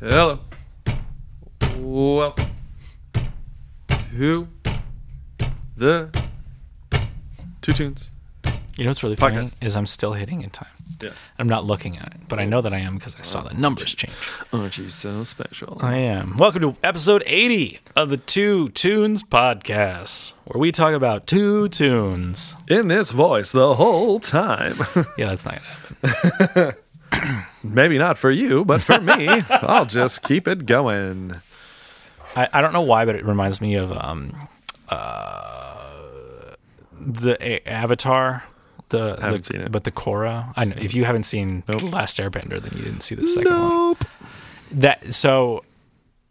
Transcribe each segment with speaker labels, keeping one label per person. Speaker 1: Hello. Well. Who? The. Two tunes.
Speaker 2: You know what's really funny
Speaker 1: Podcast.
Speaker 2: is I'm still hitting in time.
Speaker 1: Yeah.
Speaker 2: I'm not looking at it, but I know that I am because I saw
Speaker 1: Oh.
Speaker 2: the numbers change.
Speaker 1: Aren't you so special?
Speaker 2: I am. Welcome to episode 80 of the Two Tunes podcast, where we talk about two tunes.
Speaker 1: In this voice the whole time.
Speaker 2: Yeah, that's not gonna happen.
Speaker 1: Maybe not for you, but for me, I'll just keep it going.
Speaker 2: I, I don't know why, but it reminds me of um, uh, the a- Avatar. The, I
Speaker 1: haven't seen it.
Speaker 2: but the Korra. I know if you haven't seen The Last Airbender, then you didn't see the second one.
Speaker 1: Nope.
Speaker 2: That so,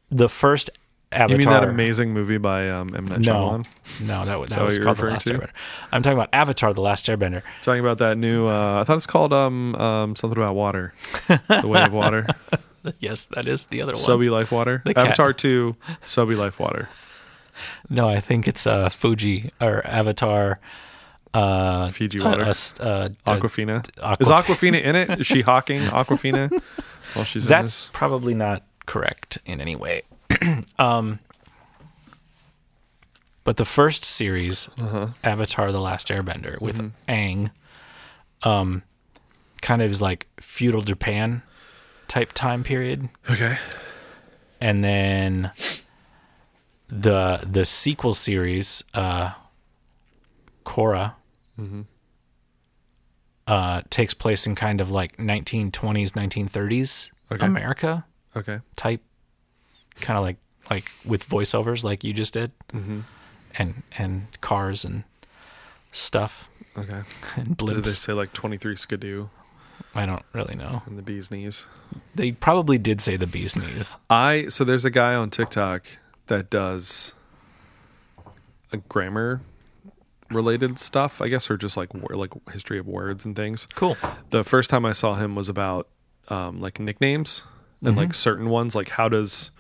Speaker 2: the first Avatar.
Speaker 1: You mean that amazing movie by um, M. Night
Speaker 2: No,
Speaker 1: Shyamalan?
Speaker 2: no, that was, that
Speaker 1: what
Speaker 2: was
Speaker 1: you're
Speaker 2: called the
Speaker 1: referring
Speaker 2: Last
Speaker 1: to?
Speaker 2: Airbender. I'm talking about Avatar: The Last Airbender.
Speaker 1: Talking about that new, uh, I thought it's called um, um, something about water. the Way of Water.
Speaker 2: yes, that is the other one.
Speaker 1: Sobe Life Water.
Speaker 2: The cat.
Speaker 1: Avatar 2, Sobe Life Water.
Speaker 2: No, I think it's uh, Fuji or Avatar. Uh,
Speaker 1: Fiji
Speaker 2: uh,
Speaker 1: water.
Speaker 2: uh, s- uh, uh,
Speaker 1: Aquafina.
Speaker 2: Aquaf-
Speaker 1: Is Aquafina in it? Is she hawking Aquafina while she's in
Speaker 2: That's
Speaker 1: this?
Speaker 2: probably not correct in any way. um, but the first series,
Speaker 1: Uh-huh.
Speaker 2: Avatar: The Last Airbender, with Aang,
Speaker 1: Mm-hmm.
Speaker 2: um, kind of is like feudal Japan type time period,
Speaker 1: Okay.
Speaker 2: and then the the sequel series, uh, Korra.
Speaker 1: Mm-hmm.
Speaker 2: Uh, takes place in kind of like 1920s, 1930s
Speaker 1: Okay.
Speaker 2: America
Speaker 1: Okay.
Speaker 2: type, kind of like like with voiceovers, like you just did,
Speaker 1: Mm-hmm.
Speaker 2: and and cars and stuff
Speaker 1: Okay.
Speaker 2: and
Speaker 1: Did they
Speaker 2: blimps.
Speaker 1: say like 23 Skidoo
Speaker 2: I don't really know.
Speaker 1: and the bee's knees?
Speaker 2: They probably did say the bee's knees.
Speaker 1: I so there's a guy on TikTok that does a grammar related stuff, I guess, or just like wor- like history of words and things.
Speaker 2: Cool.
Speaker 1: The first time I saw him was about um, like nicknames and like certain ones, like how does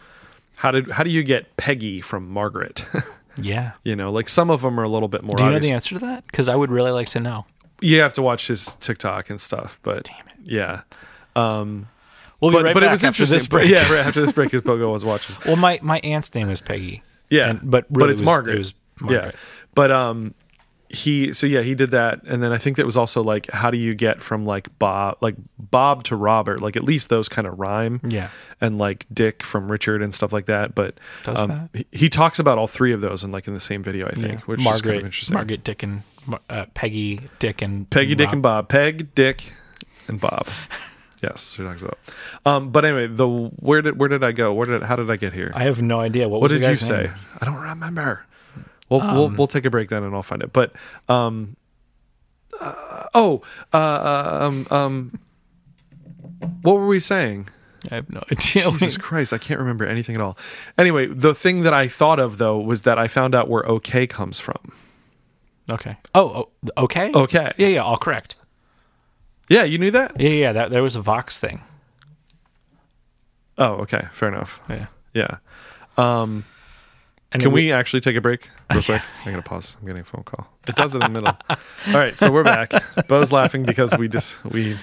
Speaker 1: how did how do you get Peggy from Margaret?
Speaker 2: Yeah.
Speaker 1: you know, like some of them are a little bit more.
Speaker 2: Do you know
Speaker 1: obvious.
Speaker 2: the answer to that? Because I would really like to know.
Speaker 1: you have to watch his TikTok and stuff, but yeah.
Speaker 2: We'll be
Speaker 1: But,
Speaker 2: right
Speaker 1: but
Speaker 2: back
Speaker 1: it was
Speaker 2: after
Speaker 1: interesting.
Speaker 2: this break.
Speaker 1: Yeah, right after this break, is Pogo was watches.
Speaker 2: Well, my my aunt's name is Peggy.
Speaker 1: Yeah,
Speaker 2: And- but really it
Speaker 1: it's
Speaker 2: was-
Speaker 1: Margaret.
Speaker 2: It was Margaret.
Speaker 1: Yeah, but um, he so yeah he did that, and then I think that was also like how do you get from like Bob like Bob to Robert like at least those kind of rhyme.
Speaker 2: Yeah.
Speaker 1: and like Dick from Richard and stuff like that. But
Speaker 2: Does
Speaker 1: um, he, he talks about all three of those in like in the same video I think, which is kind of interesting.
Speaker 2: Margaret, Dick, and Mar- uh, Peggy, Dick, and
Speaker 1: Peggy, Dick,
Speaker 2: Rob.
Speaker 1: and Bob. Peg, Dick, and Bob. yes, we talked about. Um, but anyway, the where did where did I go? Where did how did I get here?
Speaker 2: I have no idea what,
Speaker 1: what
Speaker 2: was the
Speaker 1: did you
Speaker 2: guy's
Speaker 1: say?
Speaker 2: name? Um,
Speaker 1: I don't remember. We'll, we'll we'll take a break then, and I'll find it. But um, uh, oh, uh, um, um, what were we saying?
Speaker 2: I have no idea.
Speaker 1: Jesus Christ, I can't remember anything at all. Anyway, the thing that I thought of though was that I found out where "okay" comes from.
Speaker 2: Okay. Oh, oh, okay.
Speaker 1: Okay,
Speaker 2: Yeah, yeah, all correct.
Speaker 1: yeah, you knew that.
Speaker 2: Yeah, yeah, that there was a Vox thing.
Speaker 1: Oh, okay, fair enough.
Speaker 2: Yeah.
Speaker 1: Yeah. Um,
Speaker 2: And
Speaker 1: Can
Speaker 2: it-
Speaker 1: we actually take a break real quick? I'm gonna pause. I'm getting a phone call. It does it in the middle. All right, so we're back. Bo's laughing because we just we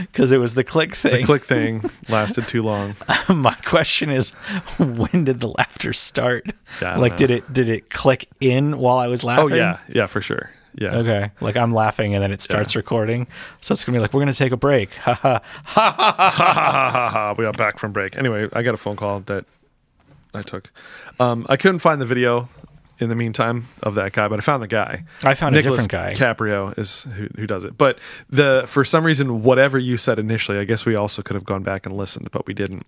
Speaker 2: Because it was the click thing.
Speaker 1: click thing lasted too long.
Speaker 2: My question is, when did the laughter start?
Speaker 1: Yeah, I don't
Speaker 2: like,
Speaker 1: know.
Speaker 2: did it did it click in while I was
Speaker 1: Oh
Speaker 2: laughing?
Speaker 1: yeah, yeah for sure. Yeah.
Speaker 2: Okay. Like I'm laughing and then it starts recording, so it's gonna be like we're gonna take a break. Ha ha.
Speaker 1: Uh, we got back from break. Anyway, I got a phone call that I took. Um, I couldn't find the video in the meantime of that guy, but I found the guy.
Speaker 2: I found a
Speaker 1: Nicholas
Speaker 2: different guy.
Speaker 1: Caprio is who, who does it. But the for some reason, whatever you said initially, I guess we also could have gone back and listened, but we didn't.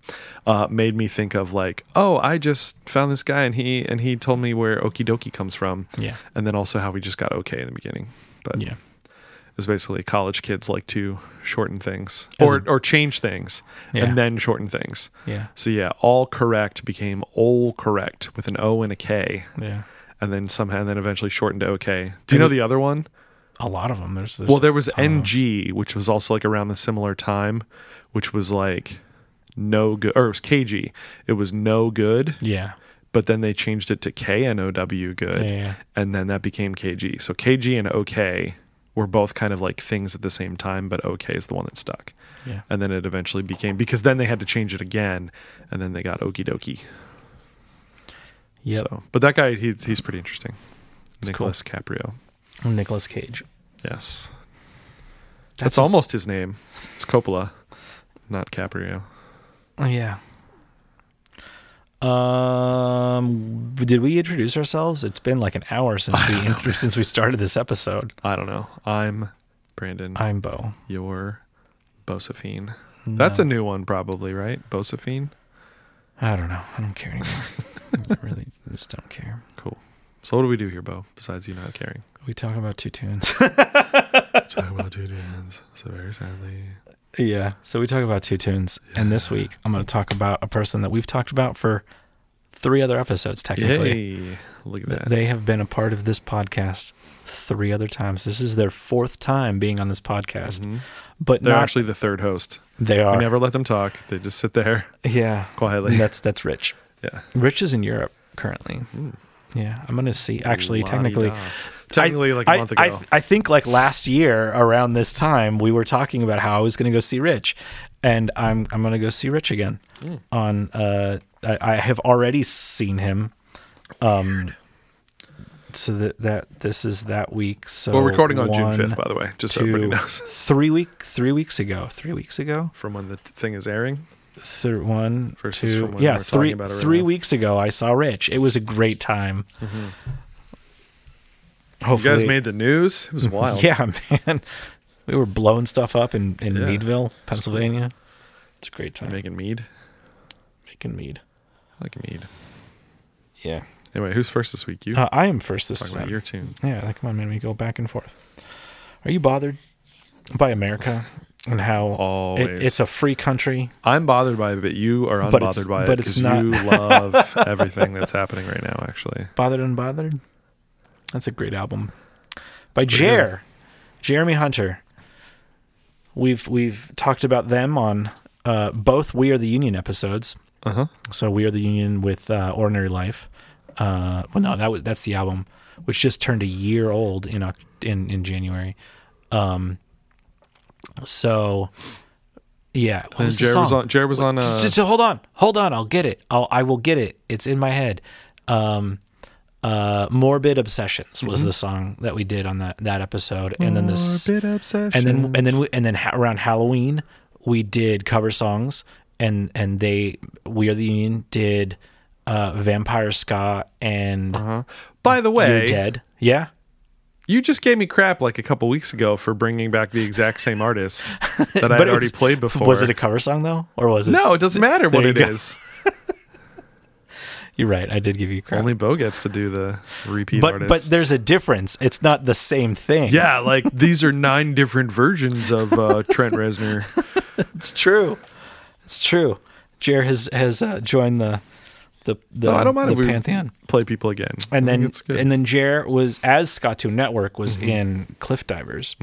Speaker 1: Uh, made me think of like, oh, I just found this guy and he and he told me where Okie Dokie comes from.
Speaker 2: Yeah.
Speaker 1: And then also how we just got okay in the beginning. But
Speaker 2: yeah.
Speaker 1: it was basically college kids like to shorten things
Speaker 2: As
Speaker 1: or
Speaker 2: a-
Speaker 1: or change things
Speaker 2: Yeah.
Speaker 1: and then shorten things.
Speaker 2: Yeah.
Speaker 1: So yeah, all correct became all correct with an O and a K.
Speaker 2: Yeah.
Speaker 1: And then somehow, and then eventually shortened to OK. Do you know the other one?
Speaker 2: A lot of them. There's, there's
Speaker 1: Well, there was
Speaker 2: ton of them.
Speaker 1: NG, which was also like around the similar time, which was like no good, or it was KG. It was no good,
Speaker 2: Yeah.
Speaker 1: but then they changed it to KNOW good,
Speaker 2: Yeah, yeah.
Speaker 1: and then that became KG. So KG and OK were both kind of like things at the same time, but OK is the one that stuck.
Speaker 2: Yeah.
Speaker 1: And then it eventually became because then they had to change it again, and then they got Okie Dokie.
Speaker 2: Yep.
Speaker 1: So, but that guy, he's he's pretty interesting.
Speaker 2: It's cool.
Speaker 1: Nicholas Caprio.
Speaker 2: Nicholas Cage.
Speaker 1: Yes, that's,
Speaker 2: That's
Speaker 1: almost his name. It's Coppola, not Caprio.
Speaker 2: Yeah. Um, did we introduce ourselves? It's been like an hour since we since we started this episode.
Speaker 1: I don't know. I'm Brandon.
Speaker 2: I'm Bo.
Speaker 1: You're Bosephine. That's a new one, probably right? Bosephine.
Speaker 2: I don't know. I don't care anymore. I really just don't care.
Speaker 1: Cool. So what do we do here, Bo? Besides you not caring.
Speaker 2: We talk about two tunes.
Speaker 1: Talk about two dudes. So very sadly.
Speaker 2: yeah. So we talk about two tunes, and this week I'm going to talk about a person that we've talked about for three other episodes. Technically,
Speaker 1: Yay! Look at
Speaker 2: Th-
Speaker 1: that.
Speaker 2: They have been a part of this podcast three other times. This is their fourth time being on this podcast,
Speaker 1: Mhm.
Speaker 2: but
Speaker 1: They're
Speaker 2: Mm-hmm. not,
Speaker 1: actually the third host.
Speaker 2: they
Speaker 1: We
Speaker 2: are.
Speaker 1: never let them talk. They just sit there
Speaker 2: yeah,
Speaker 1: quietly.
Speaker 2: that's that's Rich.
Speaker 1: yeah.
Speaker 2: Rich is in Europe currently. Yeah, I'm gonna see. Actually, technically,
Speaker 1: Mm. La-di-da. technically,
Speaker 2: I-
Speaker 1: like a
Speaker 2: I-
Speaker 1: month
Speaker 2: I,
Speaker 1: ago.
Speaker 2: I, think like last year around this time, we were talking about how I was gonna go see Rich, and I'm I'm gonna go see Rich again.
Speaker 1: Hmm.
Speaker 2: On uh, I, I have already seen him. Um, So that that this is that week. So
Speaker 1: We're recording on June
Speaker 2: one,
Speaker 1: fifth, by the way, just so
Speaker 2: two,
Speaker 1: everybody knows.
Speaker 2: three week three weeks ago, three weeks ago,
Speaker 1: From when the t- thing is airing,
Speaker 2: thir- one,
Speaker 1: Versus
Speaker 2: two-
Speaker 1: from when
Speaker 2: yeah,
Speaker 1: we're
Speaker 2: three
Speaker 1: talking about it right
Speaker 2: three
Speaker 1: now.
Speaker 2: weeks ago. I saw Rich. It was a great time.
Speaker 1: you
Speaker 2: Hopefully,
Speaker 1: guys made the news. It was wild.
Speaker 2: yeah, man. We were blowing stuff up in in
Speaker 1: Yeah.
Speaker 2: Meadville, Pennsylvania. It's a great time
Speaker 1: making mead.
Speaker 2: making mead.
Speaker 1: I like mead.
Speaker 2: Yeah,
Speaker 1: Anyway, who's first this week? You
Speaker 2: uh, I am first this
Speaker 1: talk about
Speaker 2: time.
Speaker 1: your tune.
Speaker 2: Yeah, like come on, man. We go back and forth. Are you bothered by America and how it-
Speaker 1: Always.
Speaker 2: it's a free country?
Speaker 1: I'm bothered by it, but you are unbothered
Speaker 2: But it's-
Speaker 1: by it
Speaker 2: but it's
Speaker 1: 'cause
Speaker 2: not-
Speaker 1: you love everything that's happening right now. Actually,
Speaker 2: Bothered Unbothered. That's a great album by Jer, Jeremy Hunter. We've we've talked about them on uh, both We Are the Union episodes.
Speaker 1: uh huh.
Speaker 2: So We Are the Union with uh, Ordinary Life. Uh, well, no, that was that's the album which just turned a year old in Oc- in in January. Um, so yeah, what was the
Speaker 1: Jared was
Speaker 2: song?
Speaker 1: on. Jared was on. Uh,
Speaker 2: just, just hold on, hold on. I'll get it. I'll, I will get it. It's in my head. Um, uh, morbid obsessions was the song that we did on that that episode, and then this,
Speaker 1: Mm-hmm. Morbid obsession.
Speaker 2: and then and then we, and then ha- around Halloween we did cover songs, and and they we are the union did uh, vampire ska and
Speaker 1: uh-huh. by the
Speaker 2: you're
Speaker 1: way,
Speaker 2: dead. Yeah,
Speaker 1: You just gave me crap like a couple weeks ago for bringing back the exact same artist that I
Speaker 2: But
Speaker 1: had
Speaker 2: it
Speaker 1: already
Speaker 2: was-
Speaker 1: played before.
Speaker 2: was it a cover song though, or was it?
Speaker 1: no, it doesn't matter what
Speaker 2: you
Speaker 1: it
Speaker 2: go.
Speaker 1: is.
Speaker 2: you're right. I did give you crap.
Speaker 1: Only Bo gets to do the repeat
Speaker 2: but
Speaker 1: artist.
Speaker 2: but there's a difference. It's not the same thing.
Speaker 1: yeah, like these are nine different versions of uh, Trent Reznor.
Speaker 2: It's true. It's true. Jer has has uh, joined the the the,
Speaker 1: No, I don't mind
Speaker 2: the
Speaker 1: if we
Speaker 2: pantheon.
Speaker 1: play people again,
Speaker 2: And
Speaker 1: I think
Speaker 2: then
Speaker 1: it's good. Mm-hmm.
Speaker 2: and then Jer was as Scottoon Network was in Cliff Divers,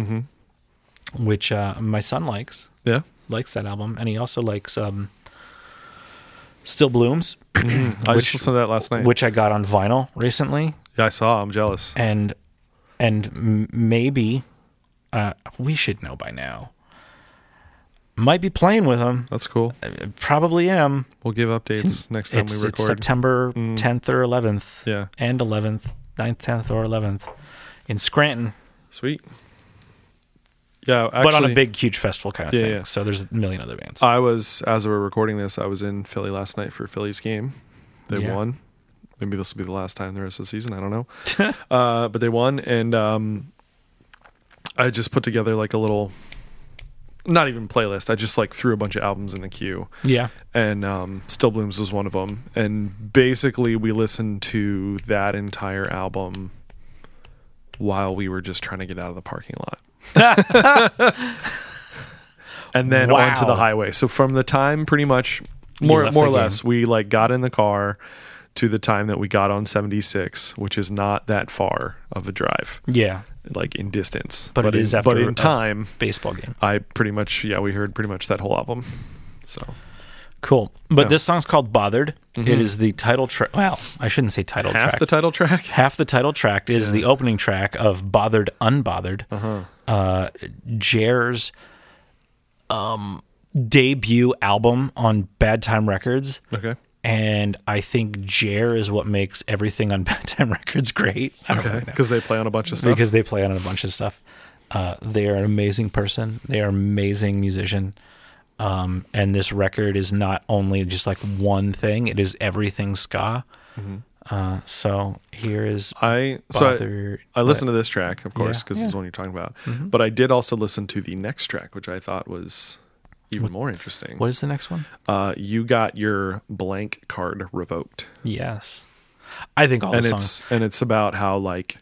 Speaker 2: which uh, my son likes
Speaker 1: yeah,
Speaker 2: likes that album, and he also likes um, Still Blooms,
Speaker 1: I
Speaker 2: Which-
Speaker 1: just listened to that last night.
Speaker 2: which I got on vinyl recently,
Speaker 1: yeah, I saw. I'm jealous.
Speaker 2: and and m- maybe uh, we should know by now. Might be playing with him.
Speaker 1: That's cool.
Speaker 2: Probably am.
Speaker 1: We'll give updates next time
Speaker 2: it's,
Speaker 1: we
Speaker 2: it's
Speaker 1: record. Mm.
Speaker 2: September 10th or 11th
Speaker 1: yeah,
Speaker 2: and 11th, 9th, 10th or 11th in Scranton,
Speaker 1: sweet. Yeah, actually,
Speaker 2: but on a big, huge festival kind of
Speaker 1: Yeah,
Speaker 2: thing.
Speaker 1: yeah.
Speaker 2: So there's a million other bands.
Speaker 1: I was as we were recording this, I was in Philly last night for Philly's game. They
Speaker 2: Yeah.
Speaker 1: won. Maybe this will be the last time the rest of the season. I don't know. uh, but they won, and um, I just put together like a little, not even playlist. I just like threw a bunch of albums in the queue,
Speaker 2: yeah.
Speaker 1: and um, Still Blooms was one of them. And basically, we listened to that entire album while we were just trying to get out of the parking lot. and then
Speaker 2: Wow.
Speaker 1: onto the highway. So from the time, pretty much,
Speaker 2: You
Speaker 1: more
Speaker 2: left
Speaker 1: more or
Speaker 2: the game.
Speaker 1: less, we like got in the car to the time that we got on 76, which is not that far of a drive,
Speaker 2: Yeah.
Speaker 1: like in distance,
Speaker 2: But it
Speaker 1: in,
Speaker 2: is after uh,
Speaker 1: but
Speaker 2: a-
Speaker 1: in time.
Speaker 2: Baseball game.
Speaker 1: I pretty much yeah, we heard pretty much that whole album. So
Speaker 2: Cool. But
Speaker 1: Yeah. Mm-hmm.
Speaker 2: this song's called Bothered. It is the title track. Well, I shouldn't say title
Speaker 1: half
Speaker 2: track.
Speaker 1: the title track. Uh-huh.
Speaker 2: Half the title track is the opening track of Bothered Unbothered. uh, Jer's um, debut album on Bad Time Records.
Speaker 1: Okay.
Speaker 2: And I think Jer is what makes everything on Bad Time Records great. I don't
Speaker 1: Okay.
Speaker 2: really know
Speaker 1: Because they play on a bunch of stuff.
Speaker 2: because they play on a bunch of stuff. Uh, they are an amazing person. They are an amazing musician. Um, and this record is not only just like one thing; it is everything ska. Uh, so here is
Speaker 1: I Mm-hmm. so I-
Speaker 2: bother.
Speaker 1: I listened to this track, of course,
Speaker 2: Yeah. Mm-hmm.
Speaker 1: because this is one you're talking about. But I did also listen to the next track, which I thought was even more interesting.
Speaker 2: what is the next one?
Speaker 1: Uh, you got your blank card revoked,
Speaker 2: Yes, I think all
Speaker 1: and
Speaker 2: the songs.
Speaker 1: it's and it's about how like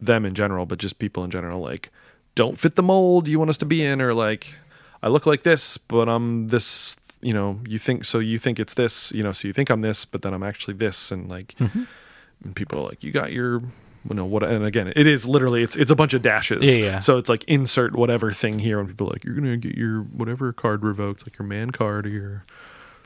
Speaker 1: them in general, but just people in general, like don't fit the mold you want us to be in, or like I look like this, but I'm this. You know, you think so. You think it's this. You know, so you think I'm this, but then I'm actually this, and like,
Speaker 2: Mm-hmm.
Speaker 1: and people are like, you got your. You know what? And again, it is literally it's it's a bunch of dashes.
Speaker 2: Yeah, yeah.
Speaker 1: So it's like insert whatever thing here, and people are like you're gonna get your whatever card revoked, like your man card or your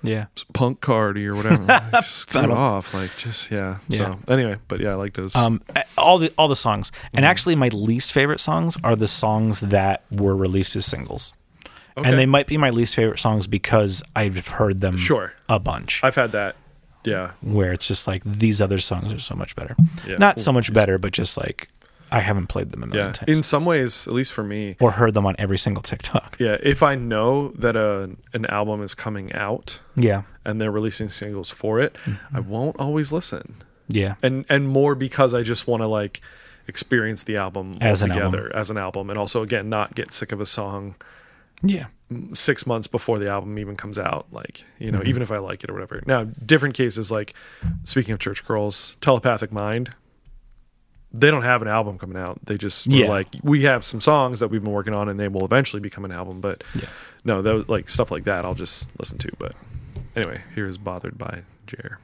Speaker 2: Yeah,
Speaker 1: punk cardi or whatever. Like, just cut off. Like just yeah.
Speaker 2: Yeah.
Speaker 1: So anyway, but yeah, I like those.
Speaker 2: um, a- all the all the songs. And
Speaker 1: Mm-hmm.
Speaker 2: actually, my least favorite songs are the songs that were released as singles.
Speaker 1: Okay.
Speaker 2: And they might be my least favorite songs because I've heard them
Speaker 1: Sure.
Speaker 2: a bunch.
Speaker 1: I've had that. Yeah.
Speaker 2: where it's just like these other songs are so much better.
Speaker 1: Yeah.
Speaker 2: Not so much better, but just like I haven't played them a million
Speaker 1: Yeah.
Speaker 2: times
Speaker 1: In some ways, at least for me,
Speaker 2: or heard them on every single TikTok.
Speaker 1: yeah. If I know that a an album is coming out
Speaker 2: Yeah.
Speaker 1: and they're releasing singles for it,
Speaker 2: Mm-hmm.
Speaker 1: I won't always listen.
Speaker 2: Yeah.
Speaker 1: And and more because I just want to like experience the album
Speaker 2: As an
Speaker 1: altogether as an album, and also again not get sick of a song
Speaker 2: Yeah.
Speaker 1: six months before the album even comes out like you know
Speaker 2: Mm-hmm.
Speaker 1: even if i like it or whatever now different cases like speaking of church girls telepathic mind they don't have an album coming out they just were
Speaker 2: Yeah.
Speaker 1: like we have some songs that we've been working on and they will eventually become an album but
Speaker 2: Yeah.
Speaker 1: no those like stuff like that i'll just listen to but anyway here's bothered by jer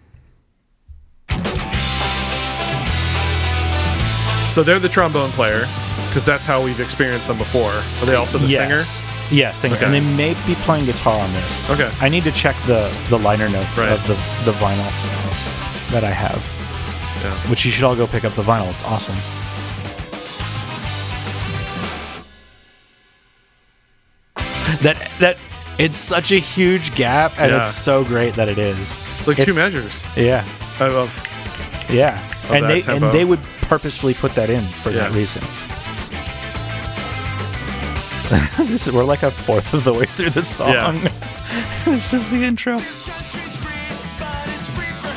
Speaker 1: so they're the trombone player because that's how we've experienced them before are they also the singer
Speaker 2: singer? Yeah, singer. And
Speaker 1: Okay.
Speaker 2: they may be playing guitar on this.
Speaker 1: Okay.
Speaker 2: I need to check the the liner notes
Speaker 1: Right.
Speaker 2: of the the vinyl that I have,
Speaker 1: yeah
Speaker 2: which you should all go pick up the vinyl. It's awesome. That that it's such a huge gap and
Speaker 1: Yeah.
Speaker 2: it's so great that it is.
Speaker 1: It's like two
Speaker 2: It's-
Speaker 1: measures
Speaker 2: Yeah.
Speaker 1: of, of
Speaker 2: Yeah, and
Speaker 1: that
Speaker 2: they
Speaker 1: tempo.
Speaker 2: and they would purposefully put that in for that
Speaker 1: Yeah.
Speaker 2: reason. this is, we're like a fourth of the way through the song.
Speaker 1: Yeah.
Speaker 2: it's just the intro.
Speaker 3: Structure's free, but it's free for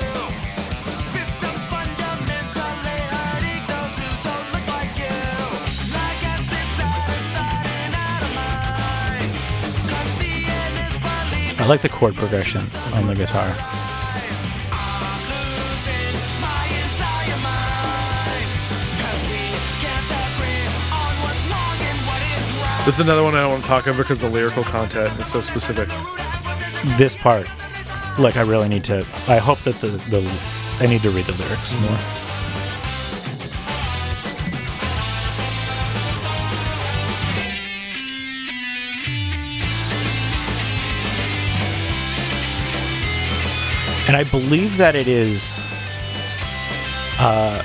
Speaker 3: who? Systems fundamentally hurting those who don't look like you. Like us, it's out of sight and out of mind. 'Cause seeing is believing.
Speaker 2: I like the chord progression on the guitar.
Speaker 3: I'm losing my entire mind. 'Cause we can't agree on what's wrong and what is right.
Speaker 1: this is another one I don't want to talk over because the lyrical content is so specific.
Speaker 2: This part, like, I really need to. I hope that the the I need to read the lyrics more. And I believe that it is uh,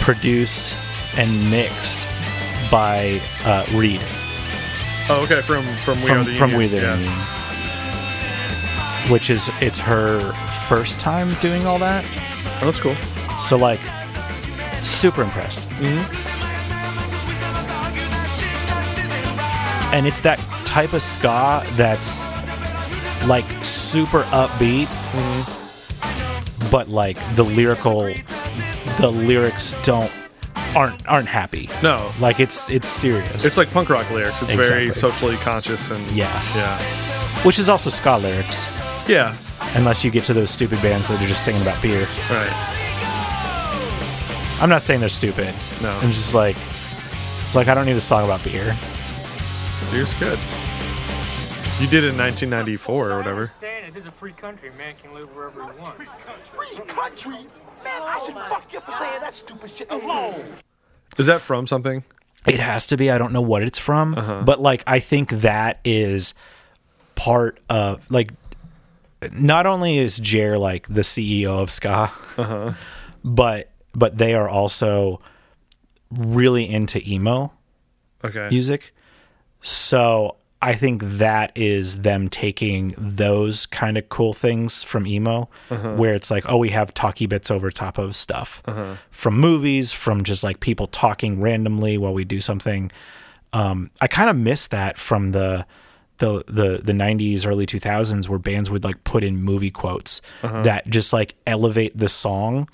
Speaker 2: produced and mixed by uh, Reed
Speaker 1: Oh, okay, from from We Are
Speaker 2: from,
Speaker 1: the
Speaker 2: from
Speaker 1: Union.
Speaker 2: We Are the
Speaker 1: Yeah.
Speaker 2: Union. Which is, it's her first time doing all that.
Speaker 1: Oh, that's cool.
Speaker 2: So, like, super impressed. And it's that type of ska that's like super upbeat,
Speaker 1: Mm-hmm.
Speaker 2: but like the lyrical, the lyrics don't aren't aren't happy.
Speaker 1: No,
Speaker 2: Like it's it's serious.
Speaker 1: it's like punk rock lyrics. It's very
Speaker 2: Exactly.
Speaker 1: socially conscious and
Speaker 2: Yes.
Speaker 1: yeah,
Speaker 2: which is also ska lyrics,
Speaker 1: yeah,
Speaker 2: unless you get to those stupid bands that are just singing about beer.
Speaker 1: right.
Speaker 2: I'm not saying they're stupid.
Speaker 1: No.
Speaker 2: I'm just like, it's like I don't need a song about beer.
Speaker 1: Here's good. You did it in 1994 or whatever.
Speaker 4: understand it. This is a free country. Man can live wherever he wants.
Speaker 5: Free country? Man, I should fuck you for saying that stupid shit alone.
Speaker 1: Is that from something?
Speaker 2: It has to be. I don't know what it's from, but like I think that is part of like. Not only is Jer like E the CEO of ska, but but they are also really into emo
Speaker 1: Okay.
Speaker 2: music. So I think that is them taking those kind of cool things from emo, where it's like, oh, we have talky bits over top of stuff from movies, from just like people talking randomly while we do something. Um, I kind of miss that from the the the the 90s early 2000s where bands would like put in movie quotes that just like elevate the song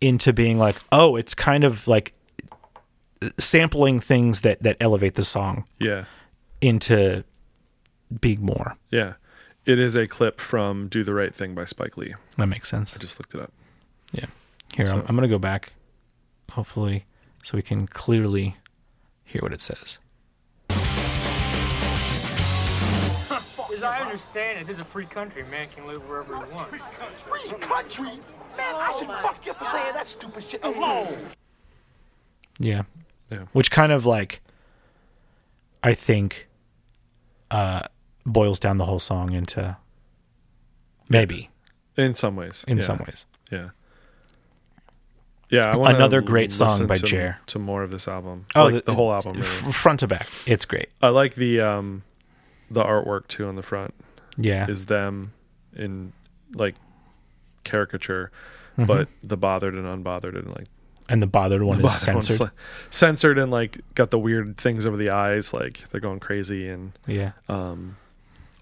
Speaker 2: into being like oh it's kind of like sampling things that that elevate the song
Speaker 1: yeah.
Speaker 2: into being more.
Speaker 1: Yeah. It is a clip from Do the Right Thing by Spike Lee.
Speaker 2: That makes sense.
Speaker 1: Just looked it up.
Speaker 2: Yeah. Here, I'm, I'm going to go back, hopefully, so we can clearly hear what it says.
Speaker 4: As I understand it, this is a free country. Man can live wherever he wants.
Speaker 5: Free country? Man, I should fuck you for saying that stupid shit alone.
Speaker 2: Yeah.
Speaker 1: Yeah.
Speaker 2: Which kind of like, I think, uh, boils down the whole song into maybe
Speaker 1: In some ways.
Speaker 2: in
Speaker 1: yeah.
Speaker 2: some ways.
Speaker 1: Yeah. Yeah. I wanna
Speaker 2: Another great song
Speaker 1: listen
Speaker 2: by Oh,
Speaker 1: to,
Speaker 2: Jer.
Speaker 1: To more of this album. like the, whole album. Really.
Speaker 2: f- front to back. It's great.
Speaker 1: I like the um, the artwork too on the front.
Speaker 2: Yeah.
Speaker 1: Is them in like caricature, but the bothered and unbothered and like
Speaker 2: Mm-hmm. and the bothered one is
Speaker 1: bothered one's,
Speaker 2: censored.
Speaker 1: like, censored and like got the weird things over the eyes. Like they're going crazy and
Speaker 2: yeah.
Speaker 1: Oh,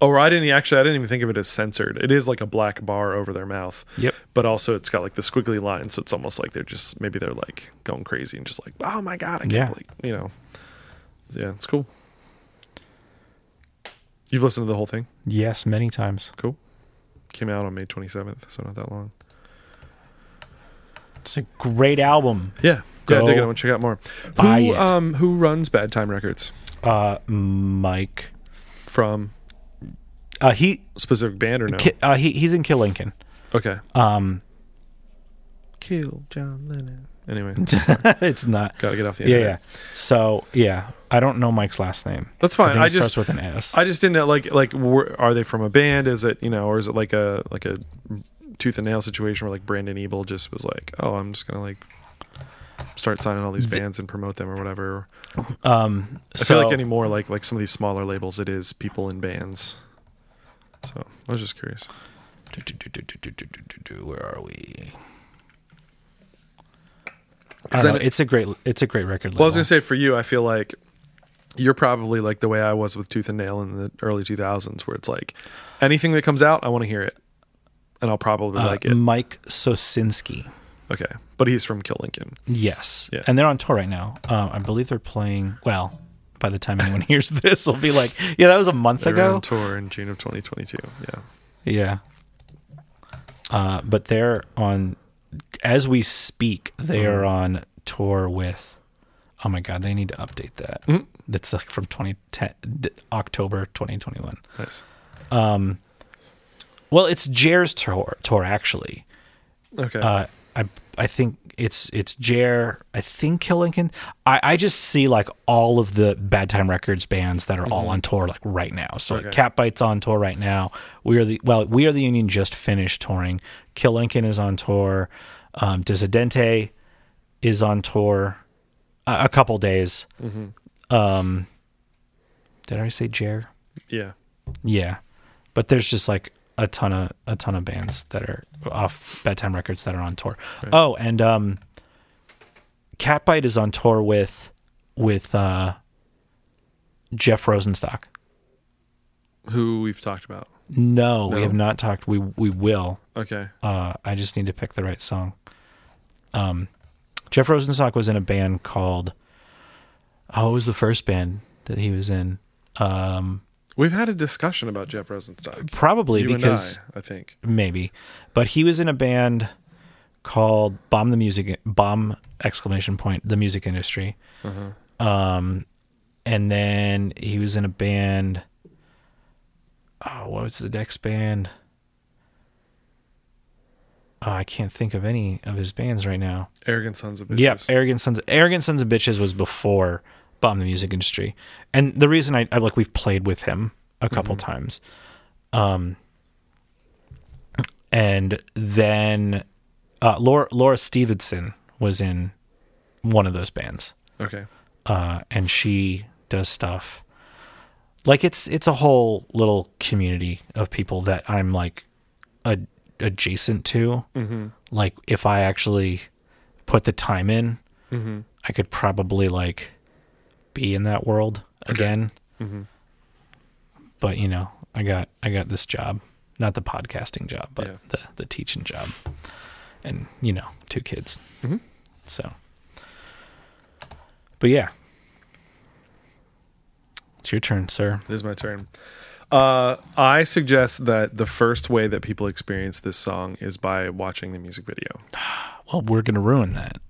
Speaker 1: or I didn't actually. I didn't even think of it as censored. It is like a black bar over their mouth.
Speaker 2: Yep.
Speaker 1: But also, it's got like the squiggly lines, so it's almost like they're just maybe they're like going crazy and just like, oh my god, I can't
Speaker 2: Yeah.
Speaker 1: believe you know. Yeah, it's cool. You've listened to the whole thing.
Speaker 2: yes, many times.
Speaker 1: Cool. Came out on May twenty seventh, so not that long.
Speaker 2: It's a great album.
Speaker 1: Yeah. Yeah,
Speaker 2: Go
Speaker 1: dig it. I want to check out more.
Speaker 2: buy
Speaker 1: who
Speaker 2: it.
Speaker 1: um who runs Bad Time Records
Speaker 2: Uh, Mike.
Speaker 1: from
Speaker 2: Uh, he
Speaker 1: specific band or no?
Speaker 2: ki- uh, he he's in Kill Lincoln.
Speaker 1: okay.
Speaker 2: Um,
Speaker 1: Kill John Lennon. Anyway,
Speaker 2: it's not.
Speaker 1: gotta get off the
Speaker 2: yeah,
Speaker 1: internet.
Speaker 2: yeah. So yeah, I don't know Mike's last name.
Speaker 1: That's fine.
Speaker 2: think
Speaker 1: I
Speaker 2: it starts
Speaker 1: just-
Speaker 2: with an S.
Speaker 1: I just didn't know, like like were, are they from a band? Is it you know, or is it like a like a tooth and nail situation where like Brandon Ebel just was like, oh, I'm just gonna like start signing all these bands and promote them or whatever. I
Speaker 2: so
Speaker 1: feel like anymore, like like some of these smaller labels, it is people in bands. So I was just curious.
Speaker 2: where are we?
Speaker 1: 'Cause
Speaker 2: I don't know.
Speaker 1: then-
Speaker 2: it's a great it's a great record.
Speaker 1: Well, I was
Speaker 2: label.
Speaker 1: gonna say for you, I feel like you're probably like the way I was with Tooth and Nail in the early 2000s, where it's like anything that comes out, I want to hear it, and I'll probably
Speaker 2: Uh,
Speaker 1: like it.
Speaker 2: Mike Sosinski.
Speaker 1: Okay, but he's from Kill Lincoln.
Speaker 2: Yes,
Speaker 1: Yeah.
Speaker 2: and they're on tour right now. Um, I believe they're playing. Well, by the time anyone hears this, will be like, yeah, that was a month
Speaker 1: They were
Speaker 2: ago.
Speaker 1: on tour in June of 2022. Yeah.
Speaker 2: Yeah. Uh, but they're on, as we speak, they are on tour with. Oh my god, they need to update that. It's like from 2010 d- October 2021.
Speaker 1: Nice.
Speaker 2: Well, it's Jer's tour tour actually.
Speaker 1: Okay.
Speaker 2: Uh, I I think it's it's Jer. I think Kill Lincoln. I I just see like all of the Bad Time Records bands that are all on tour like right now. So like
Speaker 1: Okay.
Speaker 2: Cat Bite's on tour right now. We are the well, We Are the Union just finished touring. Kill Lincoln is on tour. Um, Dissidente is on tour. A, a couple days. Um, did I say Jer?
Speaker 1: yeah.
Speaker 2: Yeah, but there's just like a ton of a ton of bands that are off bedtime records that are on tour. Oh, and um, Catbite is on tour with with uh, Jeff Rosenstock.
Speaker 1: Who we've talked about.
Speaker 2: No, we
Speaker 1: No.
Speaker 2: have not talked. We we will.
Speaker 1: Okay.
Speaker 2: Uh, I just need to pick the right song. Um, Jeff Rosenstock was in a band called. Oh, it was the first band that he was in. Um,
Speaker 1: We've had a discussion about Jeff Rosenstock.
Speaker 2: probably
Speaker 1: You
Speaker 2: because
Speaker 1: and I, I think.
Speaker 2: maybe but he was in a band called bomb the music bomb exclamation point the music industry um and then he was in a band oh what was the next band Oh, i can't think of any of his bands right now
Speaker 1: Arrogant Sons of Bitches.
Speaker 2: Yep, arrogant sons. Arrogant sons of bitches was before bomb the music industry, and the reason I, I like we've played with him a couple times, um, and then uh, Laura Laura Stevenson was in one of those bands
Speaker 1: Okay.
Speaker 2: uh, and she does stuff. Like it's it's a whole little community of people that I'm like a, adjacent to.
Speaker 1: Mm-hmm.
Speaker 2: Like if I actually put the time in,
Speaker 1: Mm-hmm.
Speaker 2: I could probably like be in that world again.
Speaker 1: Mm-hmm.
Speaker 2: But you know, I got I got this job, not the podcasting job, but
Speaker 1: Yeah.
Speaker 2: the the teaching job, and you know, two kids.
Speaker 1: Mm-hmm.
Speaker 2: So, but yeah, it's your turn, sir.
Speaker 1: It is my turn. Uh, I suggest that the first way that people experience this song is by watching the music video.
Speaker 2: Well, we're gonna ruin that.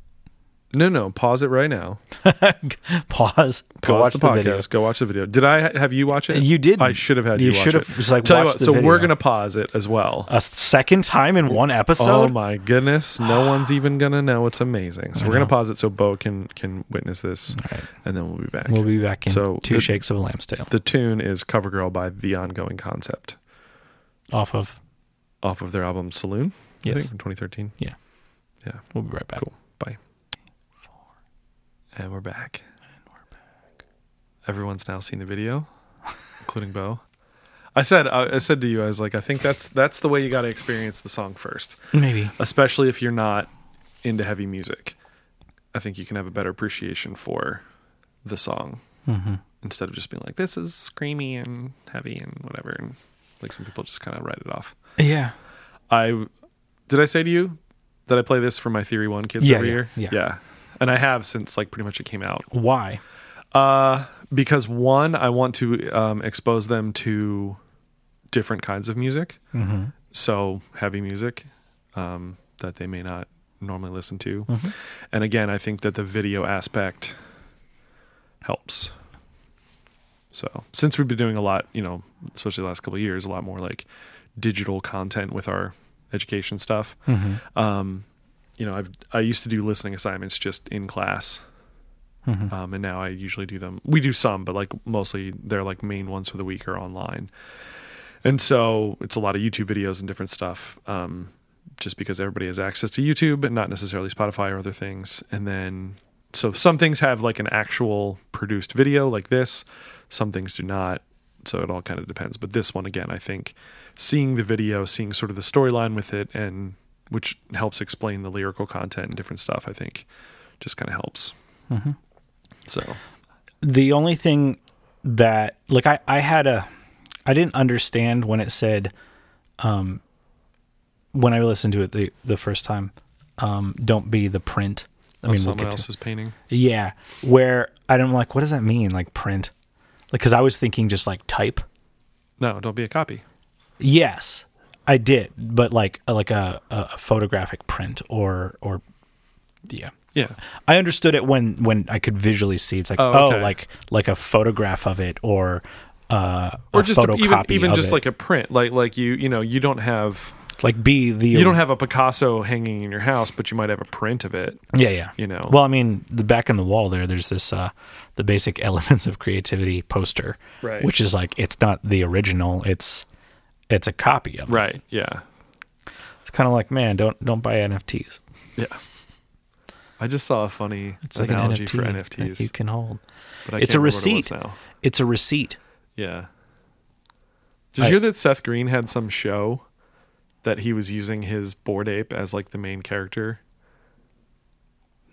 Speaker 1: No, no, pause it right now.
Speaker 2: Pause. Go
Speaker 1: Pause
Speaker 2: watch
Speaker 1: the
Speaker 2: the,
Speaker 1: podcast.
Speaker 2: video.
Speaker 1: Go watch the video. Did I have you watch it?
Speaker 2: You did.
Speaker 1: I should have had you.
Speaker 2: You
Speaker 1: watch
Speaker 2: should have
Speaker 1: it.
Speaker 2: just, like,
Speaker 1: Tell you
Speaker 2: watched
Speaker 1: what.
Speaker 2: the
Speaker 1: so we're
Speaker 2: video.
Speaker 1: gonna pause it as well.
Speaker 2: A second time in one episode.
Speaker 1: oh my goodness! No one's even gonna know. It's amazing. So we're gonna pause it so Bo can can witness this, and then we'll be back.
Speaker 2: We'll be back in
Speaker 1: So
Speaker 2: two
Speaker 1: the-
Speaker 2: shakes of a lamb's tail
Speaker 1: The tune is "Covergirl" by The Ongoing Concept,
Speaker 2: off of.
Speaker 1: off of their album "Saloon." I
Speaker 2: Yes.
Speaker 1: think, in 2013.
Speaker 2: Yeah.
Speaker 1: Yeah.
Speaker 2: We'll be right back.
Speaker 1: Cool. Bye. And we're back. Everyone's now seen the video, including Bo. I said, I I said to you, I was like, I think that's that's the way you got to experience the song first,
Speaker 2: Maybe.
Speaker 1: especially if you're not into heavy music. I think you can have a better appreciation for the song
Speaker 2: Mm-hmm.
Speaker 1: instead of just being like, this is screamy and heavy and whatever. And like some people just kind of write it off.
Speaker 2: Yeah.
Speaker 1: I did I say to you that I play this for my Theory One kids
Speaker 2: Yeah,
Speaker 1: every
Speaker 2: yeah,
Speaker 1: year?
Speaker 2: yeah.
Speaker 1: and I have since like pretty much it came out.
Speaker 2: Why?
Speaker 1: Uh, because one, I want to um, expose them to different kinds of music, so heavy music um, that they may not normally listen to, and again, I think that the video aspect helps. So since we've been doing a lot, you know, especially the last couple of years, a lot more like digital content with our education stuff. Um, you know, I've I used to do listening assignments just in class, um, and now I usually do them. We do some, but like mostly they're like main ones for the week are online, and so it's a lot of YouTube videos and different stuff. Um, just because everybody has access to YouTube and not necessarily Spotify or other things, and then so some things have like an actual produced video like this, some things do not. So it all kind of depends. But this one again, I think seeing the video, seeing sort of the storyline with it, and which helps explain the lyrical content and different stuff, I think just kind of helps. Mm-hmm. So
Speaker 2: the only thing that like I, I had a I didn't understand when it said um when I listened to it the, the first time, um, don't be the print. I
Speaker 1: of
Speaker 2: mean, we'll
Speaker 1: someone
Speaker 2: get to-
Speaker 1: else's painting.
Speaker 2: yeah, where I'm like, what does that mean? Like print, like because I was thinking just like type.
Speaker 1: No, don't be a copy.
Speaker 2: Yes, I did, but like uh, like a, a photographic print or or yeah,
Speaker 1: Yeah,
Speaker 2: I understood it when when I could visually see. It's like
Speaker 1: Oh,
Speaker 2: oh,
Speaker 1: okay.
Speaker 2: like like a photograph of it or uh,
Speaker 1: or
Speaker 2: a
Speaker 1: just
Speaker 2: photo
Speaker 1: even
Speaker 2: copy
Speaker 1: even
Speaker 2: of
Speaker 1: just
Speaker 2: it.
Speaker 1: like a print, like like you you know you don't have
Speaker 2: like be the
Speaker 1: you don't have a Picasso hanging in your house, but you might have a print of it.
Speaker 2: yeah yeah
Speaker 1: you know.
Speaker 2: well I mean the back in the wall there there's this uh the basic elements of creativity poster
Speaker 1: Right.
Speaker 2: which is like it's not the original it's it's a copy of it.
Speaker 1: Right. Yeah.
Speaker 2: it's kind of like man don't don't buy NFTs
Speaker 1: Yeah. I just saw a funny
Speaker 2: it's like
Speaker 1: analogy
Speaker 2: an NFT
Speaker 1: for
Speaker 2: that you
Speaker 1: NFTs,
Speaker 2: can hold
Speaker 1: but I can't
Speaker 2: it's
Speaker 1: remember
Speaker 2: a
Speaker 1: what it was
Speaker 2: receipt
Speaker 1: now.
Speaker 2: it's a receipt
Speaker 1: Yeah. Did you
Speaker 2: I-
Speaker 1: hear that Seth Green had some show that he was using his board ape as like the main character,